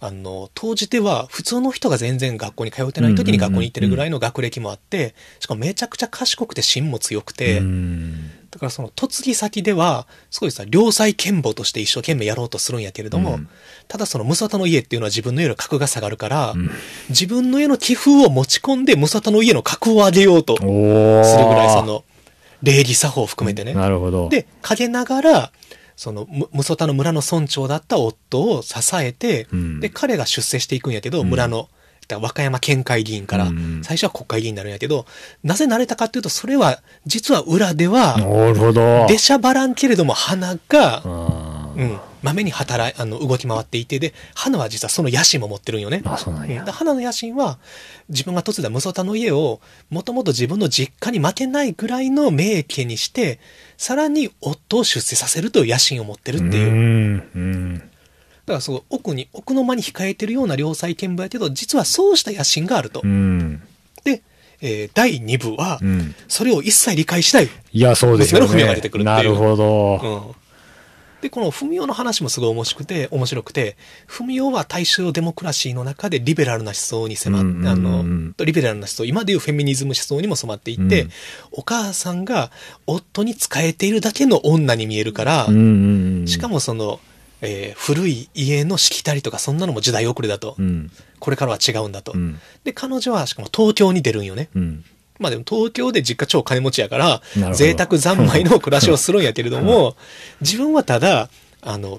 S1: あの、当時では普通の人が全然学校に通ってない時に学校に行ってるぐらいの学歴もあって、しかもめちゃくちゃ賢くて芯も強くて、
S2: うん
S1: だからその嫁ぎ先では、すごいさ、良妻賢母として一生懸命やろうとするんやけれども、
S2: うん
S1: ただそのムサタの家っていうのは自分の家の格が下がるから、
S2: ん
S1: 自分の家の寄付を持ち込んでムサタの家の格を上げようとするぐ
S2: おー。
S1: らい、その、礼儀作法を含めてね。
S2: なるほど。
S1: で、陰ながら、その、むムソタの村の村長だった夫を支えて、
S2: うん
S1: で、彼が出世していくんやけど、
S2: うん
S1: 村の、だから和歌山県会議員から
S2: うん、
S1: 最初は国会議員になるんやけど、なぜなれたかっていうと、それは、実は裏では、
S2: なるほど。
S1: 出しゃばらんけれども花
S2: う。
S1: が、うんん、まめに働いあの動き回っていてで花は実はその野心も持ってるんよね。
S2: あ、そうなん
S1: うん
S2: や
S1: で。花の野心は自分が嫁いだムソタの家をもともと自分の実家に負けないぐらいの名家にしてさらに夫を出世させるという野心を持ってるっていう、だ
S2: ん。うん。
S1: からその奥に奥の間に控えてるような良妻賢母やけど実はそうした野心があると、
S2: うん。
S1: で、えー第2部は、
S2: うん。
S1: それを一切理解しない
S2: いや、そうですよね。
S1: 娘の文が出てくるっていう
S2: なるほど。
S1: うんで、この文雄の話もすごい面白くて、面白くて、文雄は大正デモクラシーの中でリベラルな思想に迫っ
S2: うんうんうん
S1: あの、リベラルな思想、今でいうフェミニズム思想にも染まっていって、
S2: うん
S1: お母さんが夫に仕えているだけの女に見えるから、
S2: うんうんうん。
S1: しかもその、えー古い家のしきたりとかそんなのも時代遅れだと。
S2: うん。
S1: これからは違うんだと。
S2: うん。
S1: で、彼女はしかも東京に出るんよね。
S2: うん。
S1: まあでも東京で実家超金持ちやから
S2: なるほ、ど
S1: 贅沢三昧の暮らしをするんやけれども、自分はただ、あの、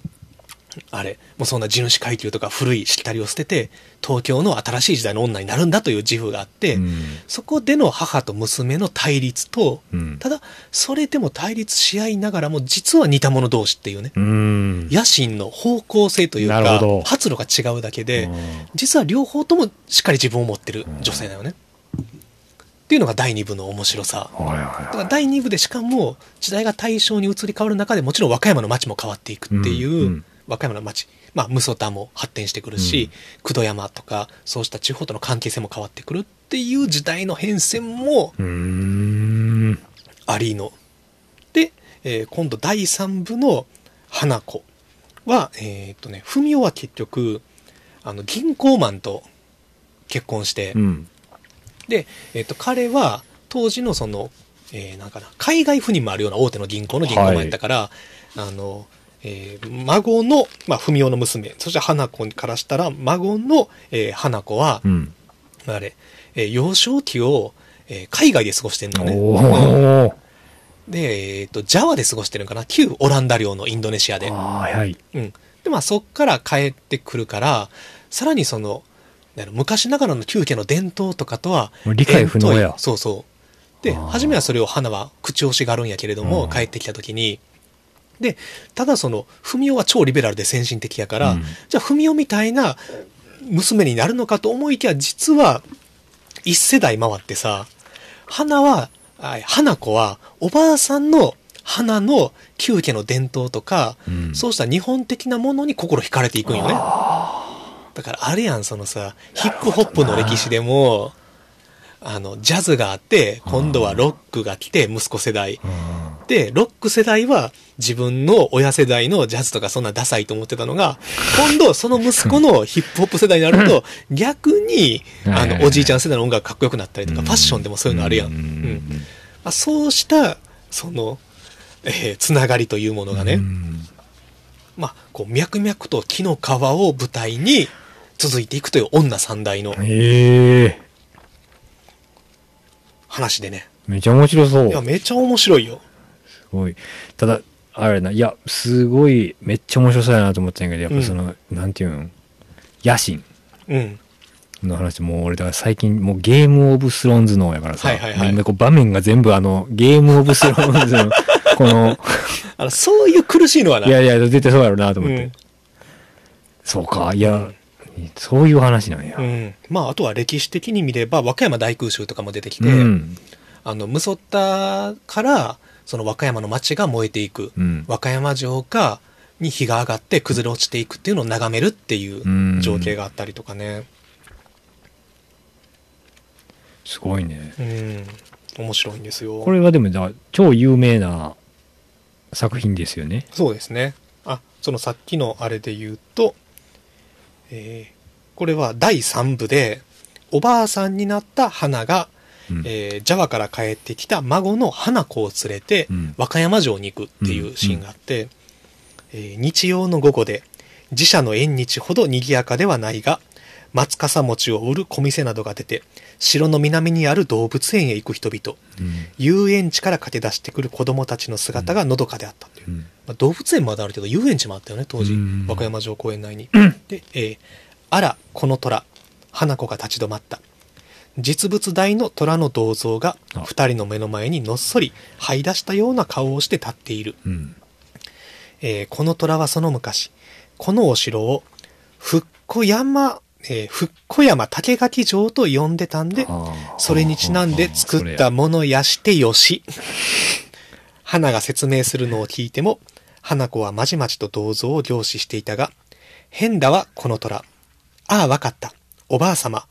S1: あれ、もうそんな地主階級とか古いしきたりを捨てて、東京の新しい時代の女になるんだという自負があって、
S2: うん
S1: そこでの母と娘の対立と、
S2: うん
S1: ただ、それでも対立し合いながらも、実は似た者同士っていうね、
S2: うん。
S1: 野心の方向性という
S2: なる
S1: か
S2: ほど、
S1: 発露が違うだけで、
S2: うん
S1: 実は両方ともしっかり自分を持ってる女性だよね。っていうのが第2部の面白さ。
S2: はいはい
S1: だ
S2: は
S1: から第2部でしかも時代が大正に移り変わる中でもちろん和歌山の町も変わっていくっていう、
S2: うんうん
S1: 和歌山の町、まあ、武蔵田も発展してくるし、工藤山とかそうした地方との関係性も変わってくるっていう時代の変遷も
S2: い。うーん。
S1: ありの。で、えー今度第3部の花子は、えーっとね、文雄は結局、あの、銀行マンと結婚して、
S2: うん。
S1: で、えーっと、彼は当時のその、えーなんかな、海外赴任もあるような大手の銀行の銀行マンやったから、あの、えー孫の、まあ、文雄の娘、そして花子からしたら、孫の、えー花子は
S2: う、ん。
S1: あれ、えー幼少期を、えー海外で過ごしてんのね。
S2: おー。
S1: で、えっ、と、ジャワで過ごしてるんかな旧オランダ領のインドネシアで。
S2: ああー、はい。
S1: うん。で、まあ、そっから帰ってくるから、さらにその、なんやろ昔ながらの旧家の伝統とかとは、
S2: もう理解不能や
S1: 遠いそうそう。で、
S2: あー
S1: 初めはそれを花は口押しがあるんやけれども、
S2: うん
S1: 帰ってきた時に、で、ただその、文雄は超リベラルで先進的やから、
S2: うん
S1: じゃあ文雄みたいな娘になるのかと思いきや、実は、一世代回ってさ、花は、あ花子は、おばあさんの花の旧家の伝統とか、
S2: うん
S1: そうした日本的なものに心惹かれていくんよね。だからあれやん、そのさ、ヒップホップの歴史でも、あの、ジャズがあって、今度はロックが来て、息子世代。
S2: うん
S1: で、ロック世代は自分の親世代のジャズとかそんなダサいと思ってたのが、今度その息子のヒップホップ世代になると、逆に、あ
S2: はいはいは
S1: の、
S2: い
S1: おじいちゃん世代の音楽かっこよくなったりとか、
S2: うん
S1: ファッションでもそういうのあるやん。う
S2: うん
S1: ん。まあ、そうした、その、えーつながりというものがね、
S2: うん
S1: まあ、こう、脈々と木の皮を舞台に続いていくという女三代の
S2: ええ
S1: 話でね。
S2: めちゃ面白そ
S1: いや、
S2: う。
S1: めちゃ面白いよ。
S2: すごい。ただ、あれな、いや、すごい、めっちゃ面白そうやなと思ったんやけど、やっぱその、なんていうん、野心
S1: うん。
S2: の話、もう俺、だから最近、もうゲームオブスローンズの方やからさ、
S1: はいはいはい
S2: 今こう場面が全部あの、ゲームオブスローンズ の、この、。
S1: あの、そういう苦しいのはない
S2: やいや、絶対そうやろうなと
S1: う
S2: 思って。
S1: ん。
S2: そうか、いや、そういう話なんや。
S1: うん。まあ、あとは歴史的に見れば、和歌山大空襲とかも出てきて、
S2: うん。
S1: あの、ムソッタから、その和歌山の町が燃えていく。
S2: うん。
S1: 和歌山城か、に火が上がって崩れ落ちていくっていうのを眺めるっていう情景があったりとかね。
S2: すごいね。
S1: うん。面白いんですよ。
S2: これはでも、だから超有名な作品ですよね。
S1: そうですね。あ、そのさっきのあれで言うと、えーこれは第3部で、おばあさんになった花が、
S2: うん
S1: えージャワから帰ってきた孫の花子を連れて、
S2: うん
S1: 和歌山城に行くっていうシーンがあって、えー日曜の午後で、自社の縁日ほど賑やかではないが、松笠餅を売る小店などが出て、城の南にある動物園へ行く人々、
S2: うん
S1: 遊園地から駆け出してくる子供たちの姿がのどかであったという。
S2: うん
S1: まあ、動物園まであるけど遊園地もあったよね当時
S2: うん
S1: 和歌山城公園内に、 で、えーあらこの虎花子が立ち止まった」実物大の虎の銅像が
S2: あ
S1: 二人の目の前にのっそり這い出したような顔をして立っている、
S2: うん。
S1: えーこの虎はその昔このお城を復古山、えー復古山竹垣城と呼んでたんで
S2: あー
S1: それにちなんで作っ。
S2: あ
S1: た
S2: ー
S1: ものやしてよし。花が説明するのを聞いても、花子はまじまじと銅像を凝視していたが、変だわ、この虎。ああ、わかった。おばあ様。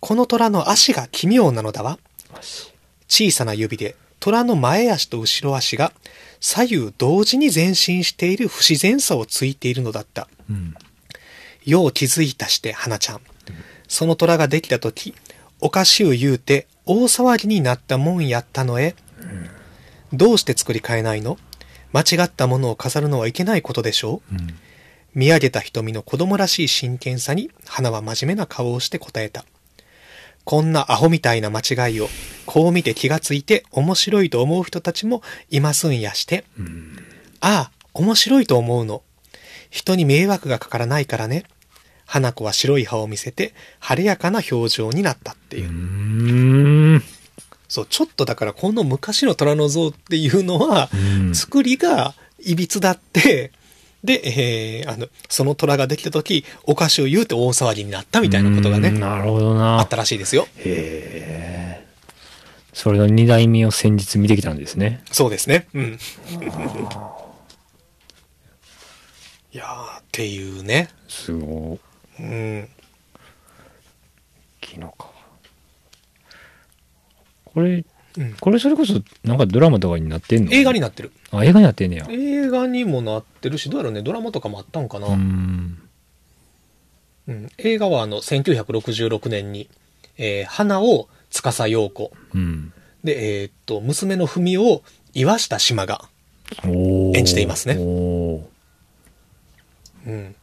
S1: この虎の足が奇妙なのだわ。小さな指で、虎の前足と後ろ足が左右同時に前進している不自然さをついているのだった。
S2: うん。
S1: よう気づいたして、花ちゃん。その虎ができたとき、おかしゅう言うて、大騒ぎになったもんやったのえ。どうして作り変えないの間違ったものを飾るのはいけないことでしょう、
S2: ん
S1: 見上げた瞳の子供らしい真剣さに、花は真面目な顔をして答えた。こんなアホみたいな間違いを、こう見て気がついて面白いと思う人たちもいますんやして。ああ、面白いと思うの。人に迷惑がかからないからね。花子は白い歯を見せて、晴れやかな表情になったっていうう。
S2: ーん。
S1: そう、ちょっとだからこの昔の虎の像っていうのは、
S2: うん
S1: 作りがいびつだって、で、えーあの、その虎ができた時、お菓子を言うて大騒ぎになったみたいなことが
S2: うーん
S1: ね、
S2: なるほど
S1: あ
S2: な
S1: った。らしいですよ。
S2: へえ。それの二代目を先日見てきたんですね。
S1: そうですね。うん。いやー、っていうね。
S2: すごい。
S1: うん。
S2: 昨日か。これ、
S1: うん
S2: これそれこそ、なんかドラマとかになってんの
S1: 映画になってる。
S2: あ、映画になってんねや。う
S1: 映画にもなってるしどうやろうねドラマとかもあったんかな、
S2: ーん。
S1: うん映画はあの1966年に、えー花を司陽子
S2: うん。
S1: でえーっと娘の文を岩下志麻が、
S2: おー
S1: 演じていますね
S2: おー
S1: うん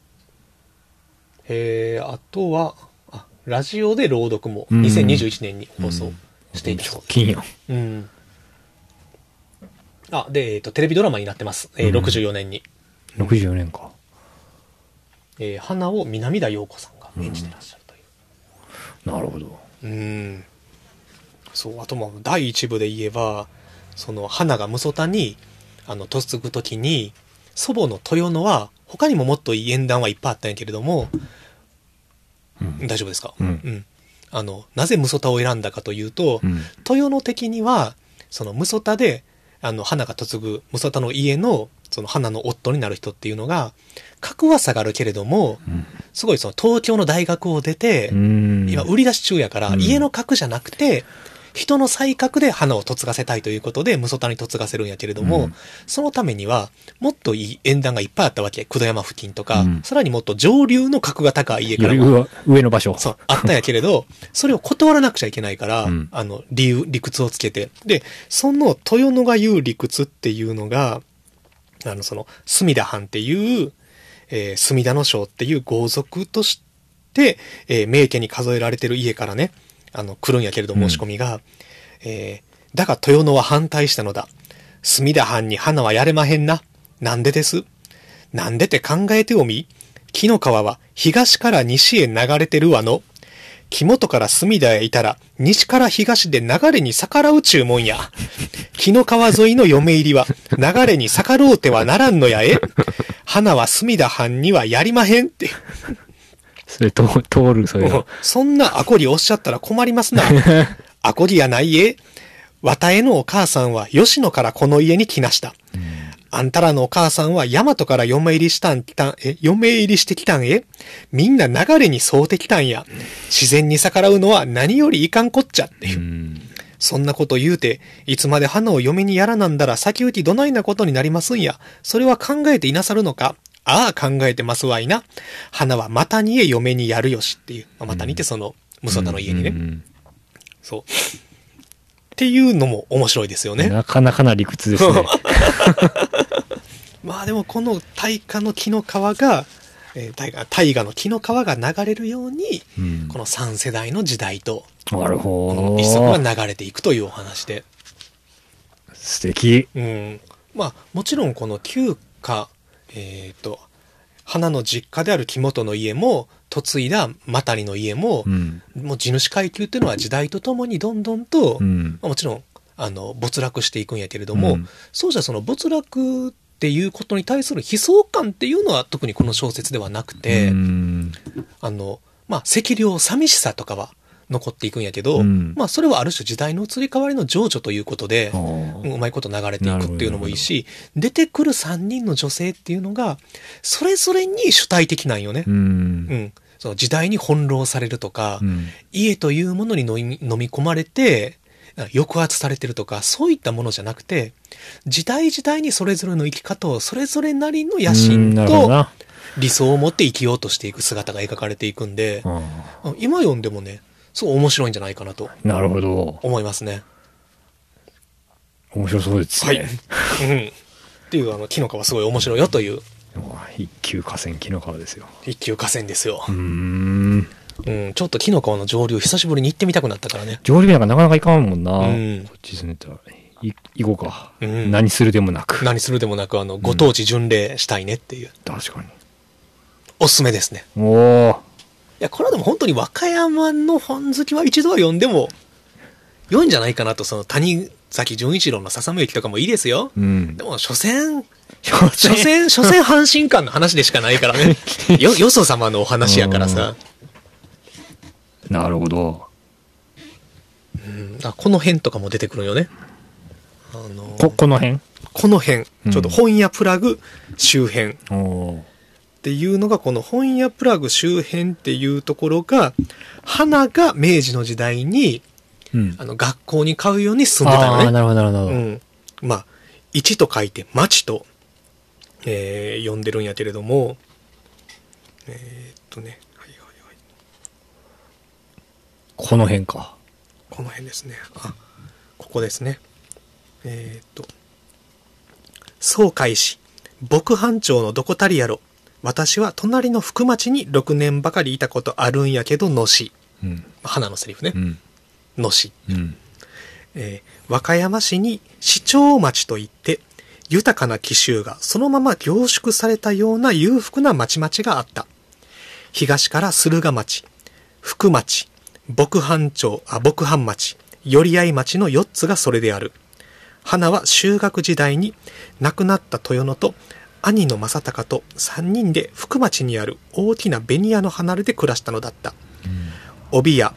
S1: えーあとはあラジオで朗読も
S2: うん
S1: 2021年に放送していた
S2: 直
S1: そうです
S2: 近やん。
S1: うんあ、で、えっ、と、テレビドラマになってます。えー
S2: うん
S1: 64年に。
S2: 64年か。
S1: えー花を南田陽子さんが演じてらっしゃるという。
S2: なるほど。
S1: うん。そう、あとまあ、第一部で言えば、その、花が無ソタに、あの、嫁ぐときに、祖母の豊野は、他にももっといい縁談はいっぱいあったんやけれども、
S2: うん。
S1: 大丈夫ですか、
S2: うん
S1: あの、なぜ無ソタを選んだかというと、
S2: うん。
S1: 豊野的には、その、無ソタで、あの、花が嫁ぐ、無ソタの家の、その、花の夫になる人っていうのが、格は下がるけれども、すごいその、東京の大学を出て、
S2: うん。
S1: 今売り出し中やから、
S2: うん
S1: 家の格じゃなくて、人の才覚で花を嫁がせたいということで、無ソタに嫁がせるんやけれども、
S2: うん
S1: そのためには、もっといい縁談がいっぱいあったわけ。工藤山付近とか、
S2: うん
S1: さらにもっと上流の格が高い家か
S2: よ
S1: ら
S2: り
S1: も、
S2: 上上の場所。
S1: そう、あったんやけれど、それを断らなくちゃいけないから、
S2: うん
S1: あの、理由、理屈をつけて。で、その豊野が言う理屈っていうのが、あの、その、隅田藩っていう、えー隅田の省っていう豪族として、えー名家に数えられてる家からね、あの、来るんやけれど
S2: うん
S1: 申し込みが、えーだが豊野は反対したのだ。隅田藩に花はやれまへんな。なんでですなんでて考えておみ。木の川は東から西へ流れてるわの。木元から隅田へいたら、西から東で流れに逆らう注文や。木の川沿いの嫁入りは、流れに逆ろうてはならんのやえ。花は隅田藩にはやりまへんって。
S2: それ、と通る、それが。
S1: そんなアコリおっしゃったら困り ますな。アコリやないえ。わたえのお母さんは吉野からこの家に来なした。あんたらのお母さんは大和から嫁入りしたん、来たん、え、嫁入りしてきたんえみんな流れに沿うてきたんや。自然に逆らうのは何よりいかんこっちゃっていうう。
S2: ん。
S1: そんなこと言うて、いつまで花を嫁にやらなんだら先行きどないなことになりますんや。それは考えていなさるのか。ああ、考えてますわいな。花はまたにえ嫁にやるよしっていう。まあ、またにってその、無双の家にね。
S2: うん
S1: そう。っていうのも面白いですよね。
S2: なかなかな理屈ですね。
S1: まあでもこの大河の木の皮が、えー、大河大河の木の皮が流れるように、
S2: うん
S1: この3世代の時代と、
S2: なる
S1: こ
S2: ほ
S1: の一足
S2: ど。
S1: が流れていくというお話で。
S2: 素敵。
S1: うん。まあもちろんこの旧家、えっ、と、花の実家である木本の家も、嫁いだマタリの家も
S2: う、ん。
S1: もう地主階級っていうのは時代とともにどんどんと、
S2: うん。
S1: まあ、もちろんあの没落していくんやけれども、
S2: うん
S1: そうじゃその没落っていうことに対する悲壮感っていうのは特にこの小説ではなくて、
S2: うん
S1: あのまあ赤涼寂しさとかは残っていくんやけど、
S2: うん
S1: まあそれはある種時代の移り変わりの情緒ということで、
S2: あー
S1: うんうまいこと流れていくっていうのもいいし出てくる3人の女性っていうのがそれぞれに主体的なんよね。
S2: う。
S1: うんんその時代に翻弄されるとか、
S2: うん
S1: 家というものに飲み飲み込まれて、抑圧されてるとか、そういったものじゃなくて、時代時代にそれぞれの生き方をそれぞれなりの野
S2: う
S1: 心
S2: んなるほど
S1: と
S2: な
S1: 理想を持って生きようとしていく姿が描かれていくんで、
S2: あ
S1: 今読んでもね、そう面白いんじゃないかなと
S2: ーなるほど。
S1: 思いますね。
S2: 面白そうですね。
S1: うん。っていう、あの、木の川すごい面白いよという
S2: わあ一級河川紀の川ですよ。
S1: 一級河川ですよ
S2: う。ん。
S1: うん、ちょっと木の川の上流久しぶりに行ってみたくなったからね。
S2: 上流なんかなかなか行かんもんな。
S1: うん
S2: こっち住んでたら。い行こうか、
S1: うん
S2: 何するでもなく。
S1: 何するでもなく、あの、ご当地巡礼したいねっていう、
S2: 確かに。
S1: おすすめですね。
S2: おお。
S1: いや、これはでも本当に和歌山の本好きは一度は読んでも、良いんじゃないかなと、その谷崎潤一郎の笹目駅とかもいいですよ。
S2: うん
S1: で。も、所詮、
S2: 所
S1: 所詮、所詮阪神間の話でしかないから ね。よ、よそ様のお話やからさ。
S2: なるほど。
S1: うんあこの辺とかも出てくるよね。あの
S2: こ、
S1: こ、
S2: この辺
S1: の辺、ち
S2: うん
S1: ょっと本屋プラグ周辺っ
S2: おお
S1: ていうのが、この本屋プラグ周辺っていうところが、花が明治の時代に、
S2: ー。うん
S1: あ。の、学校に買うように住んでたの
S2: あ
S1: ね
S2: あー、。なるほど、なるほど。
S1: うん、まあ「一」と書いて「町」と、えー呼んでるんやけれどもえーっとね、はいはいはい、
S2: この辺か。
S1: この辺ですねあここですねえーっと「総開始牧藩町のどこたりやろ私は隣の福町に6年ばかりいたことあるんやけどのし
S2: うん。」
S1: 花のセリフね
S2: うん。
S1: 「のし
S2: うん。」
S1: ええー和歌山市に市長町といって、豊かな紀州がそのまま凝縮されたような裕福な町々があった。東から駿河町、福町、牧藩町、あ、牧藩町、寄合町の4つがそれである。花は修学時代に亡くなった豊野と兄の正隆と3人で福町にある大きな紅屋の離れで暮らしたのだった。帯屋、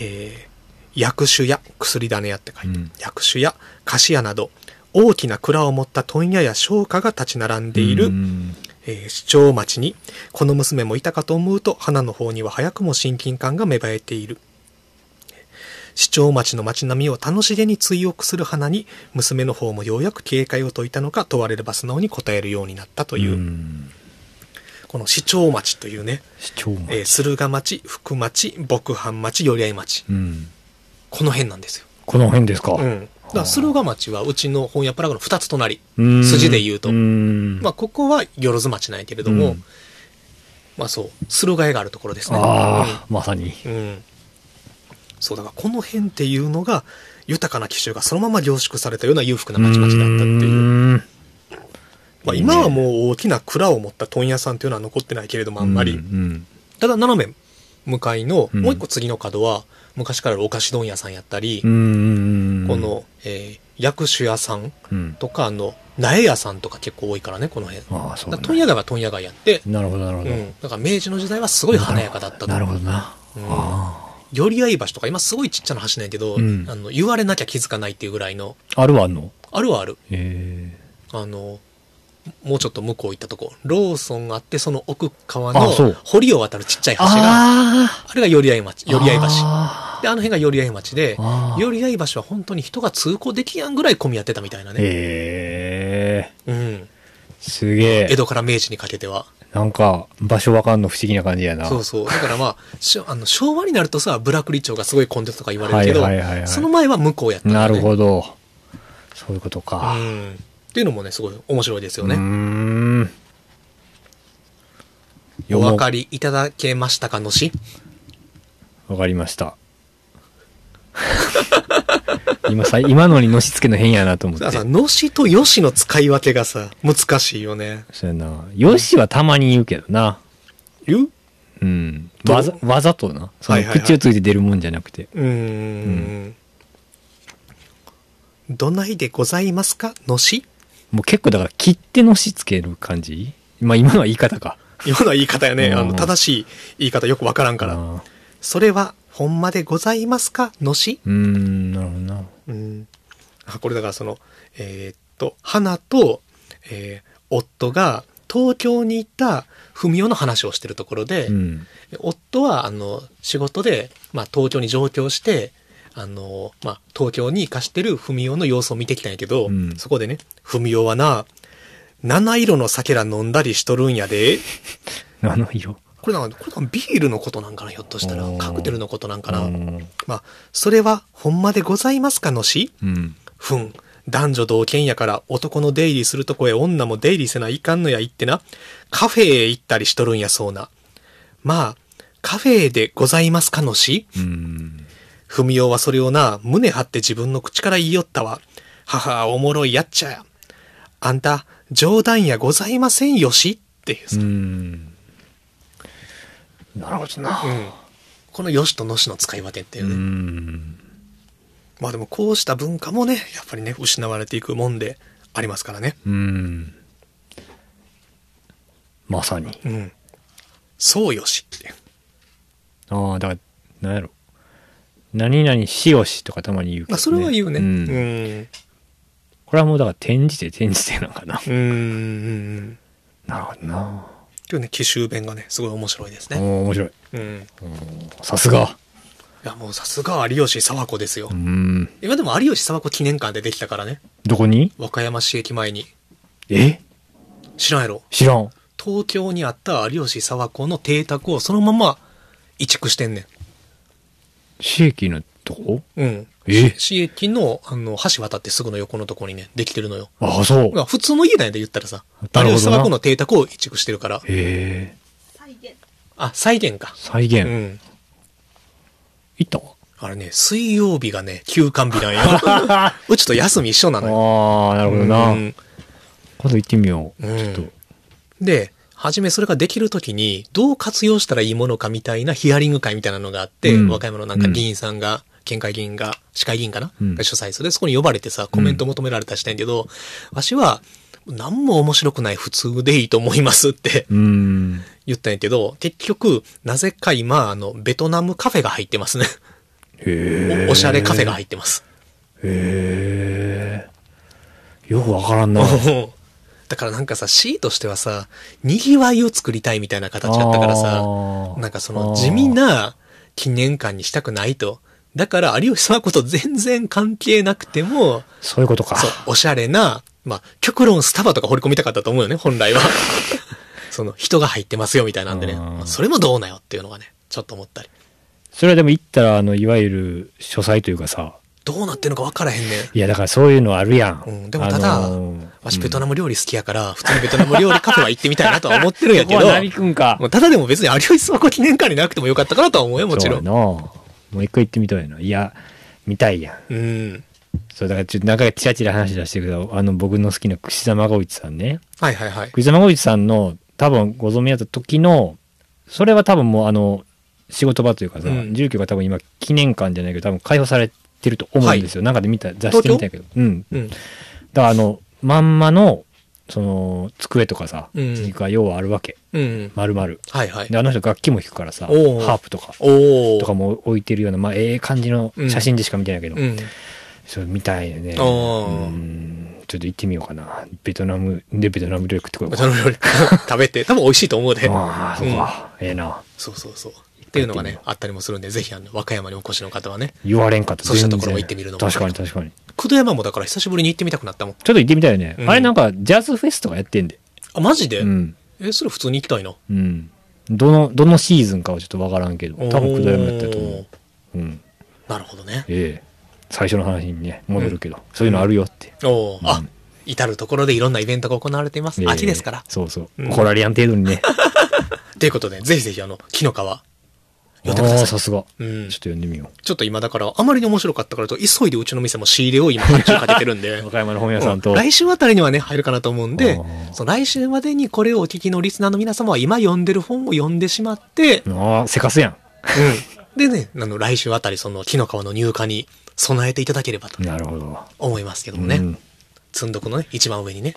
S1: えー薬種や薬種屋って書いて、
S2: うん
S1: 薬種や菓子屋など大きな蔵を持った問屋や商家が立ち並んでいる、
S2: うん
S1: えー市長町にこの娘もいたかと思うと花の方には早くも親近感が芽生えている市長町の町並みを楽しげに追憶する花に娘の方もようやく警戒を解いたのか問われれば素直に答えるようになったという、
S2: ん
S1: この市長町というね、
S2: 市長も、
S1: えー駿河町福町牧藩町寄合町
S2: うん、
S1: この辺なんですよ、
S2: この辺ですか、
S1: うん、だから駿河町はうちの本屋プラグの2つ隣
S2: うん
S1: 筋で言うと
S2: ん
S1: まあ、ここはよろず町なんやけれども、
S2: うん
S1: まあそう、駿河屋があるところですね。
S2: ああ、まさに。
S1: うん。うんそう、だからこの辺っていうのが、豊かな紀州がそのまま凝縮されたような裕福な町々だったっていう。
S2: う。
S1: まあ今はもう大きな蔵を持った問屋さんっていうのは残ってないけれども、あんまり。
S2: うん
S1: ただ斜め向かいの、
S2: うん
S1: もう一個次の角は、昔からあるお菓子問屋さんやったり
S2: う、ん。
S1: こ、の、えー薬種屋さん
S2: うん。
S1: とか、あの、苗屋さんとか結構多いからね、この辺。だか
S2: ああ、そう
S1: ら
S2: だ
S1: 問屋街は問屋街やって、
S2: なるほど、なるほ
S1: う
S2: ど。
S1: ん、だから明治の時代はすごい華やかだったと
S2: なるほどな。
S1: うん
S2: あ
S1: 寄り合い橋とか今すごいちっちゃな橋なんやけど、
S2: うん
S1: あの言われなきゃ気づかないっていうぐらいの
S2: あ。あるはあんの
S1: あるはある
S2: ええ。
S1: あのもうちょっと向こう行ったとこローソンがあってその奥側
S2: あ
S1: の
S2: そう
S1: 堀を渡るちっちゃい橋があ
S2: あ
S1: れが寄り合い町
S2: ー。
S1: 寄り合い橋
S2: あ
S1: であの辺が寄り合い町で
S2: ー
S1: 寄り合い橋は本当に人が通行できやんぐらい混み合ってたみたいなね、
S2: ええ。
S1: うん、
S2: すげ
S1: 江
S2: え。
S1: 戸から明治にかけては
S2: なんか、場所わかんの不思議な感じやな。
S1: そうそうだからまあしょあの昭和になるとさブラクリ町がすごい混んでたとか言われるけど、
S2: はいはいはいはい
S1: その前は向こうやったん
S2: な
S1: だね
S2: るほど。そういうこと
S1: う
S2: か。
S1: んっていうのもねすごい面白いですよ
S2: う
S1: ね、
S2: ーん。
S1: お分かり
S2: り。
S1: いただけましたかのし
S2: わかりました。 今さ、今のにのしつけの変やなと思って
S1: だ。からさ、のしとよしの使い分けがさ、難しいよね。
S2: そうやな。よしはたまに言うけどな。
S1: 言う
S2: うん。
S1: どう
S2: わざ、わざとな。そ
S1: は
S2: の
S1: いはいはい
S2: 口をついて出るもんじゃなくて。
S1: うーん。どないでございますかのし
S2: もう結構だから切ってのしつける感じまあ今のは言い方か。
S1: ような言い方やね。
S2: うん
S1: あの、正しい言い方よくわからんから。
S2: あー
S1: それは、ほんまでございますかのし
S2: うーん、なるほどな。
S1: うん。あ、これだからその、えーっと、花と、えー夫が東京に行った文雄の話をしてるところで、
S2: うん。
S1: 夫はあの仕事で、まあ、東京に上京してあの、まあ、東京に貸してる文雄の様子を見てきたんやけど、
S2: うん
S1: そこでね文雄はな七色の酒ら飲んだりしとるんやで
S2: あの色。
S1: これなんかこれなんかビールのことなんかなひょっとしたら
S2: おー
S1: カクテルのことなんか
S2: う
S1: な、
S2: ん
S1: まあ、それはほんまでございますかのし
S2: うん。
S1: ふん男女同権やから男の出入りするとこへ女も出入りせないかんのや言ってなカフェへ行ったりしとるんやそうなまあカフェでございますかのし
S2: うん。
S1: 文雄はそれをな、胸張って自分の口から言いよったわ。母、おもろいやっちゃや。あんた、冗談やございませんよしっていう
S2: う
S1: さ、
S2: ん。なるほどな。
S1: うんこのよしとのしの使い分けっていううね。
S2: ん。
S1: まあでもこうした文化もね、やっぱりね、失われていくもんでありますからね。
S2: うん。まさに。
S1: うん。そうよしって。
S2: ああ、だから、なんやろ。何々しよしとかたまに言うけど、
S1: まあそれは言うね。
S2: ん
S1: うん。
S2: これはもうだから転じて転じてなんかな。
S1: うん。うん。
S2: なるほどな。
S1: というね、奇襲弁がね、すごい面白いです
S2: お
S1: ね。
S2: お面白い。
S1: うん。
S2: さすが。
S1: いやもうさすが有吉沢子ですよ。
S2: うん。
S1: 今でも有吉沢子記念館でできたからね。
S2: どこに
S1: 和歌山市駅前に。
S2: え
S1: 知らんやろ。
S2: 知らん。
S1: 東京にあった有吉沢子の邸宅をそのまま移築してんね
S2: シーキーのとこ
S1: ん。うん。
S2: え
S1: 市駅の、あの、橋渡ってすぐの横のとこにね、できてるのよ。
S2: ああ、そう。
S1: まあ普通の家なんやで言ったらさ。
S2: なるほどな
S1: 有吉沢子の邸宅を移築してるから。
S2: へえ。
S1: あ、再現か。
S2: 再
S1: う
S2: 現。
S1: ん。
S2: 行った
S1: あれね、水曜日がね、休館日なん よ。うちと休み一緒なのよ。
S2: ああ、なるほどな。
S1: うん
S2: 今度行ってみよう。
S1: うん
S2: ちょっと。
S1: で、はじめそれができるときに、どう活用したらいいものかみたいなヒアリング会みたいなのがあって、
S2: うん
S1: 和歌山のなんか議員さんが、県会議員が、市会議員かな、
S2: うん
S1: が主催する。そこに呼ばれてさ、コメント求められたりしたんやけど、わしは、何も面白くない普通でいいと思いますって
S2: うーん。
S1: 言ったんやけど、結局、なぜか今、あの、ベトナムカフェが入ってますね。
S2: へえ。
S1: おおしゃれカフェが入ってます。
S2: へえ。よくわからんな。
S1: だからなんかさ、C としてはさ、賑わいを作りたいみたいな形だったからさ、なんかその地味
S2: あ
S1: な記念館にしたくないと。だから有吉さんはこと全然関係なくても
S2: ー。、そういうことか。
S1: そう、おしゃれな、まあ、極論スタバとか掘り込みたかったと思うよね、本来は。その人が入ってますよみたいなんでね。
S2: あー
S1: まあそれもどうなよっていうのがね、ちょっと思ったり。
S2: それはでも行ったら、あの、いわゆる書斎というかさ。
S1: どうなってんのか分からへんねん。
S2: いや、だからそういうのあるやん。
S1: うんでもただ
S2: ー
S1: わしベトナム料理好きやから、普通にベトナム料理カフェは行ってみたいなとは思ってるん やけど。
S2: そこは何くんか。
S1: もうただでも別に有吉諏訪湖記念館になくてもよかったかなとは思うよ、もちろ
S2: そうや
S1: ん。
S2: なもう一回行ってみたいな。いや、見たいやん。
S1: うん。
S2: そう、だからちょっとなんかチラチラ話出してるけど、あの、僕の好きな串田孫一さんね。
S1: はいはいはい。
S2: 串田孫一さんの、多分ご存命やった時の、それは多分もうあの、仕事場というかさ、
S1: うん
S2: 住居が多分今、記念館じゃないけど、多分解放されてると思うんですよ。なんかで見た、雑誌で見たけど。うん。
S1: うん。
S2: だからあの、まんまの、その、机とかさ、
S1: うん
S2: が要はあるわけ。
S1: うん。
S2: 丸々。
S1: はいはい
S2: で、。あの人楽器も弾くからさ、ハ
S1: おう
S2: ープとか。
S1: おお。
S2: とかも置いてるような、まあ、ええ感じの写真でしか見てないけど、
S1: うん。
S2: それ見たいよね。
S1: おー
S2: うんちょっと行ってみようかな。ベトナム、で、ベトナム料理食ってこよう
S1: ベ
S2: か
S1: トナム料理食べて、多分美味しいと思うで。
S2: ああ、そうか。ええな。
S1: そうそうそう。っていうのがね、あったりもするんで、ぜひあの、和歌山にお越しの方はね。
S2: 言われんかった。
S1: そうした
S2: 全然
S1: ところも行ってみるのも
S2: 確かに確かに。
S1: 久土山もだから久しぶりに行ってみたくなったもん。
S2: ちょっと行ってみたいよね。
S1: うん
S2: あれなんか、ジャズフェスとかやってんで。
S1: あ、マジで、
S2: うん。
S1: え、それ普通に行きたいな。
S2: うん。どの、どのシーズンかはちょっとわからんけど、多分久山やったと思
S1: おー
S2: う。うん。
S1: なるほどね。
S2: ええ。最初の話にね、戻るけど、そういうのあるよって。
S1: おお、
S2: う
S1: あ
S2: ん、
S1: 至るところでいろんなイベントが行われています。
S2: ええ
S1: 秋ですから。
S2: そうそうう。
S1: ん
S2: 怒られやん程度にね。
S1: ということで、ぜひぜひあの、木の皮、呼んでく
S2: あ
S1: だ
S2: あ、
S1: さい
S2: さ。すが。
S1: う
S2: ちょっ
S1: ん
S2: と。読んでみよ
S1: ちょっと今だから、あまりに面白かったからと、急いでうちの店も仕入れを今発注かけてるんで
S2: う。。岡山の本屋さんと。
S1: 来週あたりにはね、入るかなと思うんで
S2: あー、
S1: その来週までにこれをお聞きのリスナーの皆様は今読んでる本を読んでしまって、
S2: ああ、せかすやん。
S1: でね、あの、来週あたりその木の皮の入荷に備えていただければと
S2: なるほど。
S1: 思いますけども
S2: う
S1: ね。
S2: ん
S1: 積んどくのね、一番上にね、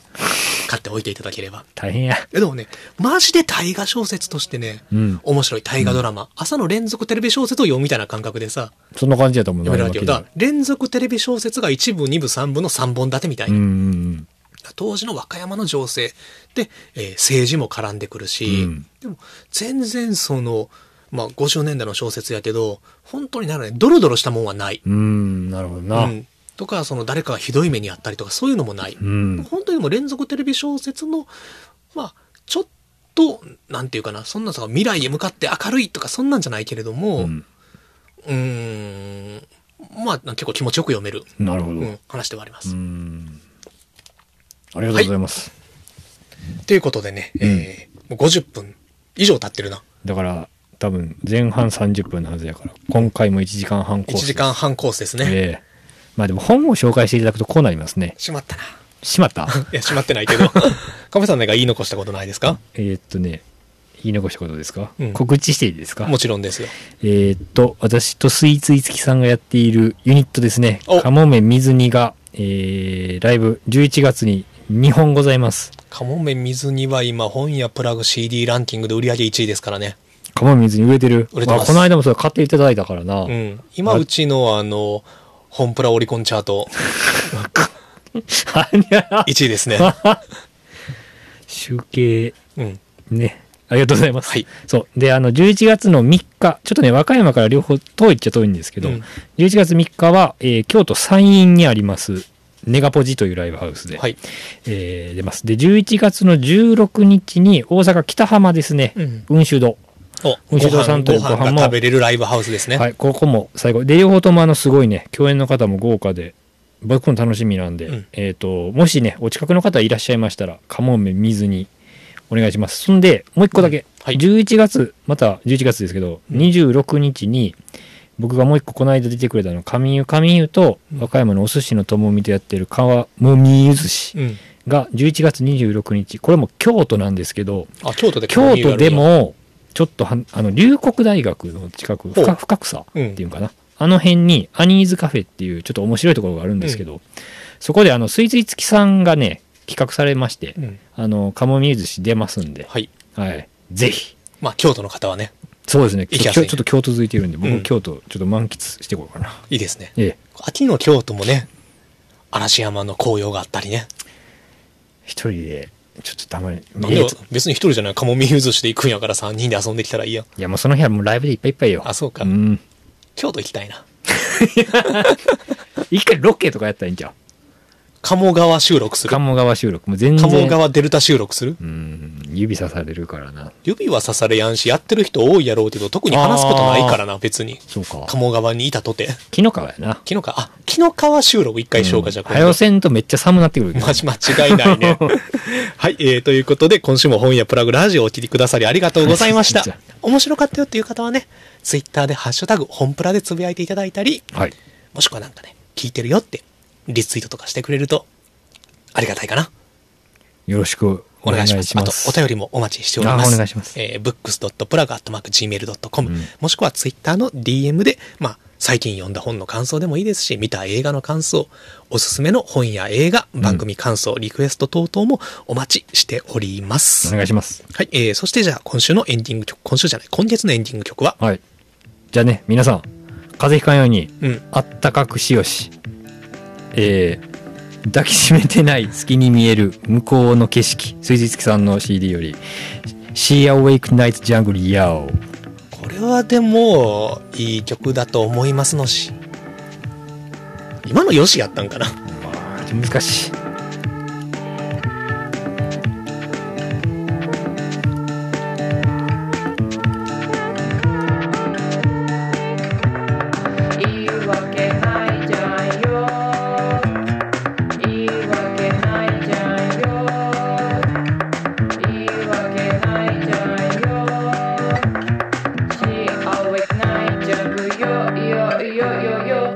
S1: 買っておいていただければ。
S2: 大変や。
S1: えでもね、マジで大河小説としてね、
S2: うん。
S1: 面白い大河ドラマ、朝の連続テレビ小説を読むみたいな感覚でさ、
S2: そんな感じやと思う。
S1: 読めるわけよ。だ
S2: だ
S1: から。連続テレビ小説が1部、2部、3部の3本立てみたい
S2: うん
S1: な。
S2: うん
S1: 当時の和歌山の情勢で、えー政治も絡んでくるし、
S2: うん
S1: でも全然その、まあ、50年代の小説やけど本当になるねドロドロしたもんはない、
S2: うん。うん、なるほどな
S1: う。んとかその誰かがひどい目にあったりとかそういうのもない、
S2: うん。
S1: 本当にもう連続テレビ小説のまあちょっとなんていうかなそんなさ未来へ向かって明るいとかそんなんじゃないけれども
S2: う
S1: うん
S2: ん
S1: ーんまあ結構気持ちよく読める、
S2: なるほど。
S1: うん、話ではあります。
S2: うん。ありがとうございます。
S1: ということでね、えーもう50分以上経ってるな。
S2: だから、多分、前半30分のはずやから、今回も1時間半コー
S1: 1
S2: ス。
S1: 時間半コースですね。
S2: ええ。まあでも本を紹介していただくとこうなりますね。
S1: しまったな。
S2: しまった
S1: いや、しまってないけ ど。カフェさんなんか言い残したことないですか
S2: えーっとね、言い残したことですか
S1: うん
S2: 告知していいですか
S1: もちろんですよ。
S2: えーっと、私とスイーツいつきさんがやっているユニットですね
S1: お。
S2: かもめ水煮が、えー、ライブ11月に2本ございます。
S1: カモメ水には今、本やプラグ CD ランキングで売り上げ1位ですからね。
S2: かもめ水煮売れてる。
S1: 売れてます
S2: あこの間もそれ買っていただいたからな。
S1: うん。今、うちのあの、本プラオリコンチャート、
S2: あいや
S1: 1位ですね。
S2: 集計、
S1: うん。
S2: ね。ありがとうございます。
S1: はい。
S2: そう。で、あの、11月の3日、ちょっとね、和歌山から両方遠いっちゃ遠いんですけど、
S1: うん
S2: 11月3日は、えー京都山陰にあります、ネガポジというライブハウスで、
S1: はい。
S2: えー出ます。で、11月の16日に大阪北浜ですね、
S1: うん。
S2: 雲州堂。
S1: お、ご
S2: うちのさ
S1: 飯、
S2: んと
S1: ご
S2: ご飯も
S1: 飯が食べれるライブハウスですね。
S2: はい、ここも最後。で、両方ともあの、すごいね、共演の方も豪華で、僕も楽しみなんで、
S1: うん
S2: えっ、と、もしね、お近くの方いらっしゃいましたら、かもめ水にお願いします。そんで、もう一個だけ、
S1: はい
S2: 11月、また11月ですけど、
S1: うん
S2: 26日に、僕がもう一個この間出てくれたの、神湯神湯と、和歌山のお寿司のともみでやってる川もみゆ寿司
S1: うん。
S2: が11月26日、これも京都なんですけど、
S1: あ、京都で
S2: 京都で、も、ちょっとは、あの、龍谷大学の近く、
S1: ほう
S2: 深深草っていうんかな。あの辺に、アニーズカフェっていう、ちょっと面白いところがあるんですけど、そこで、あの、スイーツいつきさんがね、企画されまして、
S1: うん。
S2: あの、カモミー寿司出ますんで、
S1: はい。
S2: はい。ぜひ。
S1: まあ、京都の方はね、
S2: そうですね。
S1: 行き
S2: ちょ
S1: や
S2: ち
S1: すい
S2: ょ
S1: ね
S2: っと京都続いてるんで、僕、
S1: うん
S2: 京都、ちょっと満喫していこうかな。
S1: いいですね。
S2: ええ。
S1: 秋の京都もね、嵐山の紅葉があったりね。
S2: 一人で、ちょっとたまに、
S1: なん
S2: い
S1: で
S2: や
S1: よ別に一人じゃない、カモミユーズして行くんやから3人で遊んできたらいいやん。
S2: いや、もうその日はもうライブでいっぱいいっぱいよ。
S1: あ、そうか。
S2: うん。
S1: 京都行きたいな。
S2: 一回ロケとかやったらいいんちゃ
S1: 鴨川収録
S2: う
S1: する。
S2: 鴨川収録。もう全然。
S1: 鴨川デルタ収録する
S2: うん、指さされるからな。
S1: 指は刺されやんし、やってる人多いやろうけど、特に話すことないからな、別に。
S2: そうか。
S1: 鴨川にいたとて。
S2: 木の皮やな。
S1: 昨日か、あ、昨日川収録一回消化じゃ、
S2: うん早せんとめっちゃ寒なってくるけど。
S1: マジ間違いないね。はい、えー、ということで、今週も本屋プラグラジオをお聞きくださりありがとうございまし
S2: あ
S1: た
S2: りがとう。
S1: 面白かったよっていう方はね、ツイッターでハッシュタグ、本プラでつぶやいていただいたり、
S2: はい。
S1: もしくはなんかね、聞いてるよって、リツイートとかしてくれると、ありがたいかな。
S2: よろしく
S1: お
S2: お
S1: 願
S2: 願
S1: い
S2: い
S1: し
S2: し
S1: ま。
S2: ますす。
S1: あと、お便りもお待ちしております。
S2: あお願いします
S1: えー、books.plug.gmail.com、
S2: うん
S1: もしくはツイッターの DM で、まあ、最近読んだ本の感想でもいいですし、見た映画の感想、おすすめの本や映画、番組感想、リクエスト等々もお待ちしております。
S2: お願いします。
S1: はい、えー、そしてじゃあ、今週のエンディング曲、今週じゃない、今月のエンディング曲は、
S2: はい。じゃあね、皆さん、風邪ひかんように、
S1: うん、
S2: あったかくしよし。えー、抱きしめてない月に見える向こうの景色。水月さんの CD より、She Awake Night Jungle Yao。
S1: これはでも、いい曲だと思いますのし。今のよしやったんかな
S2: まあ、難しい。
S3: 言い訳ないじゃんよ言い訳ないじゃんよ言い訳ないじゃんよ幸せないじゃんよよよよよ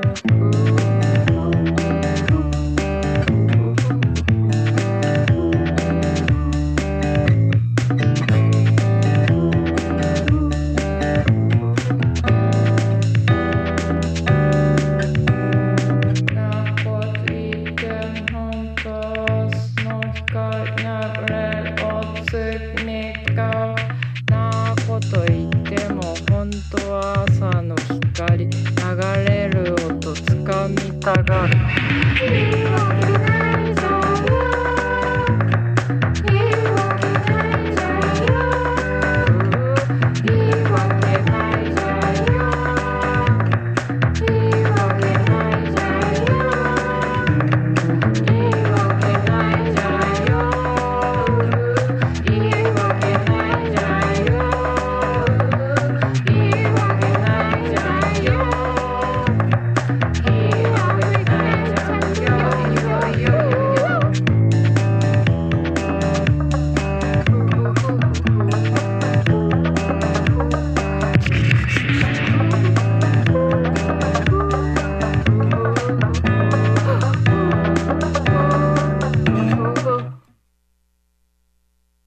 S3: Något liten hontos, något närre åt sugnika. Något to 言っても本当は朝の光流れる音つかみたがる。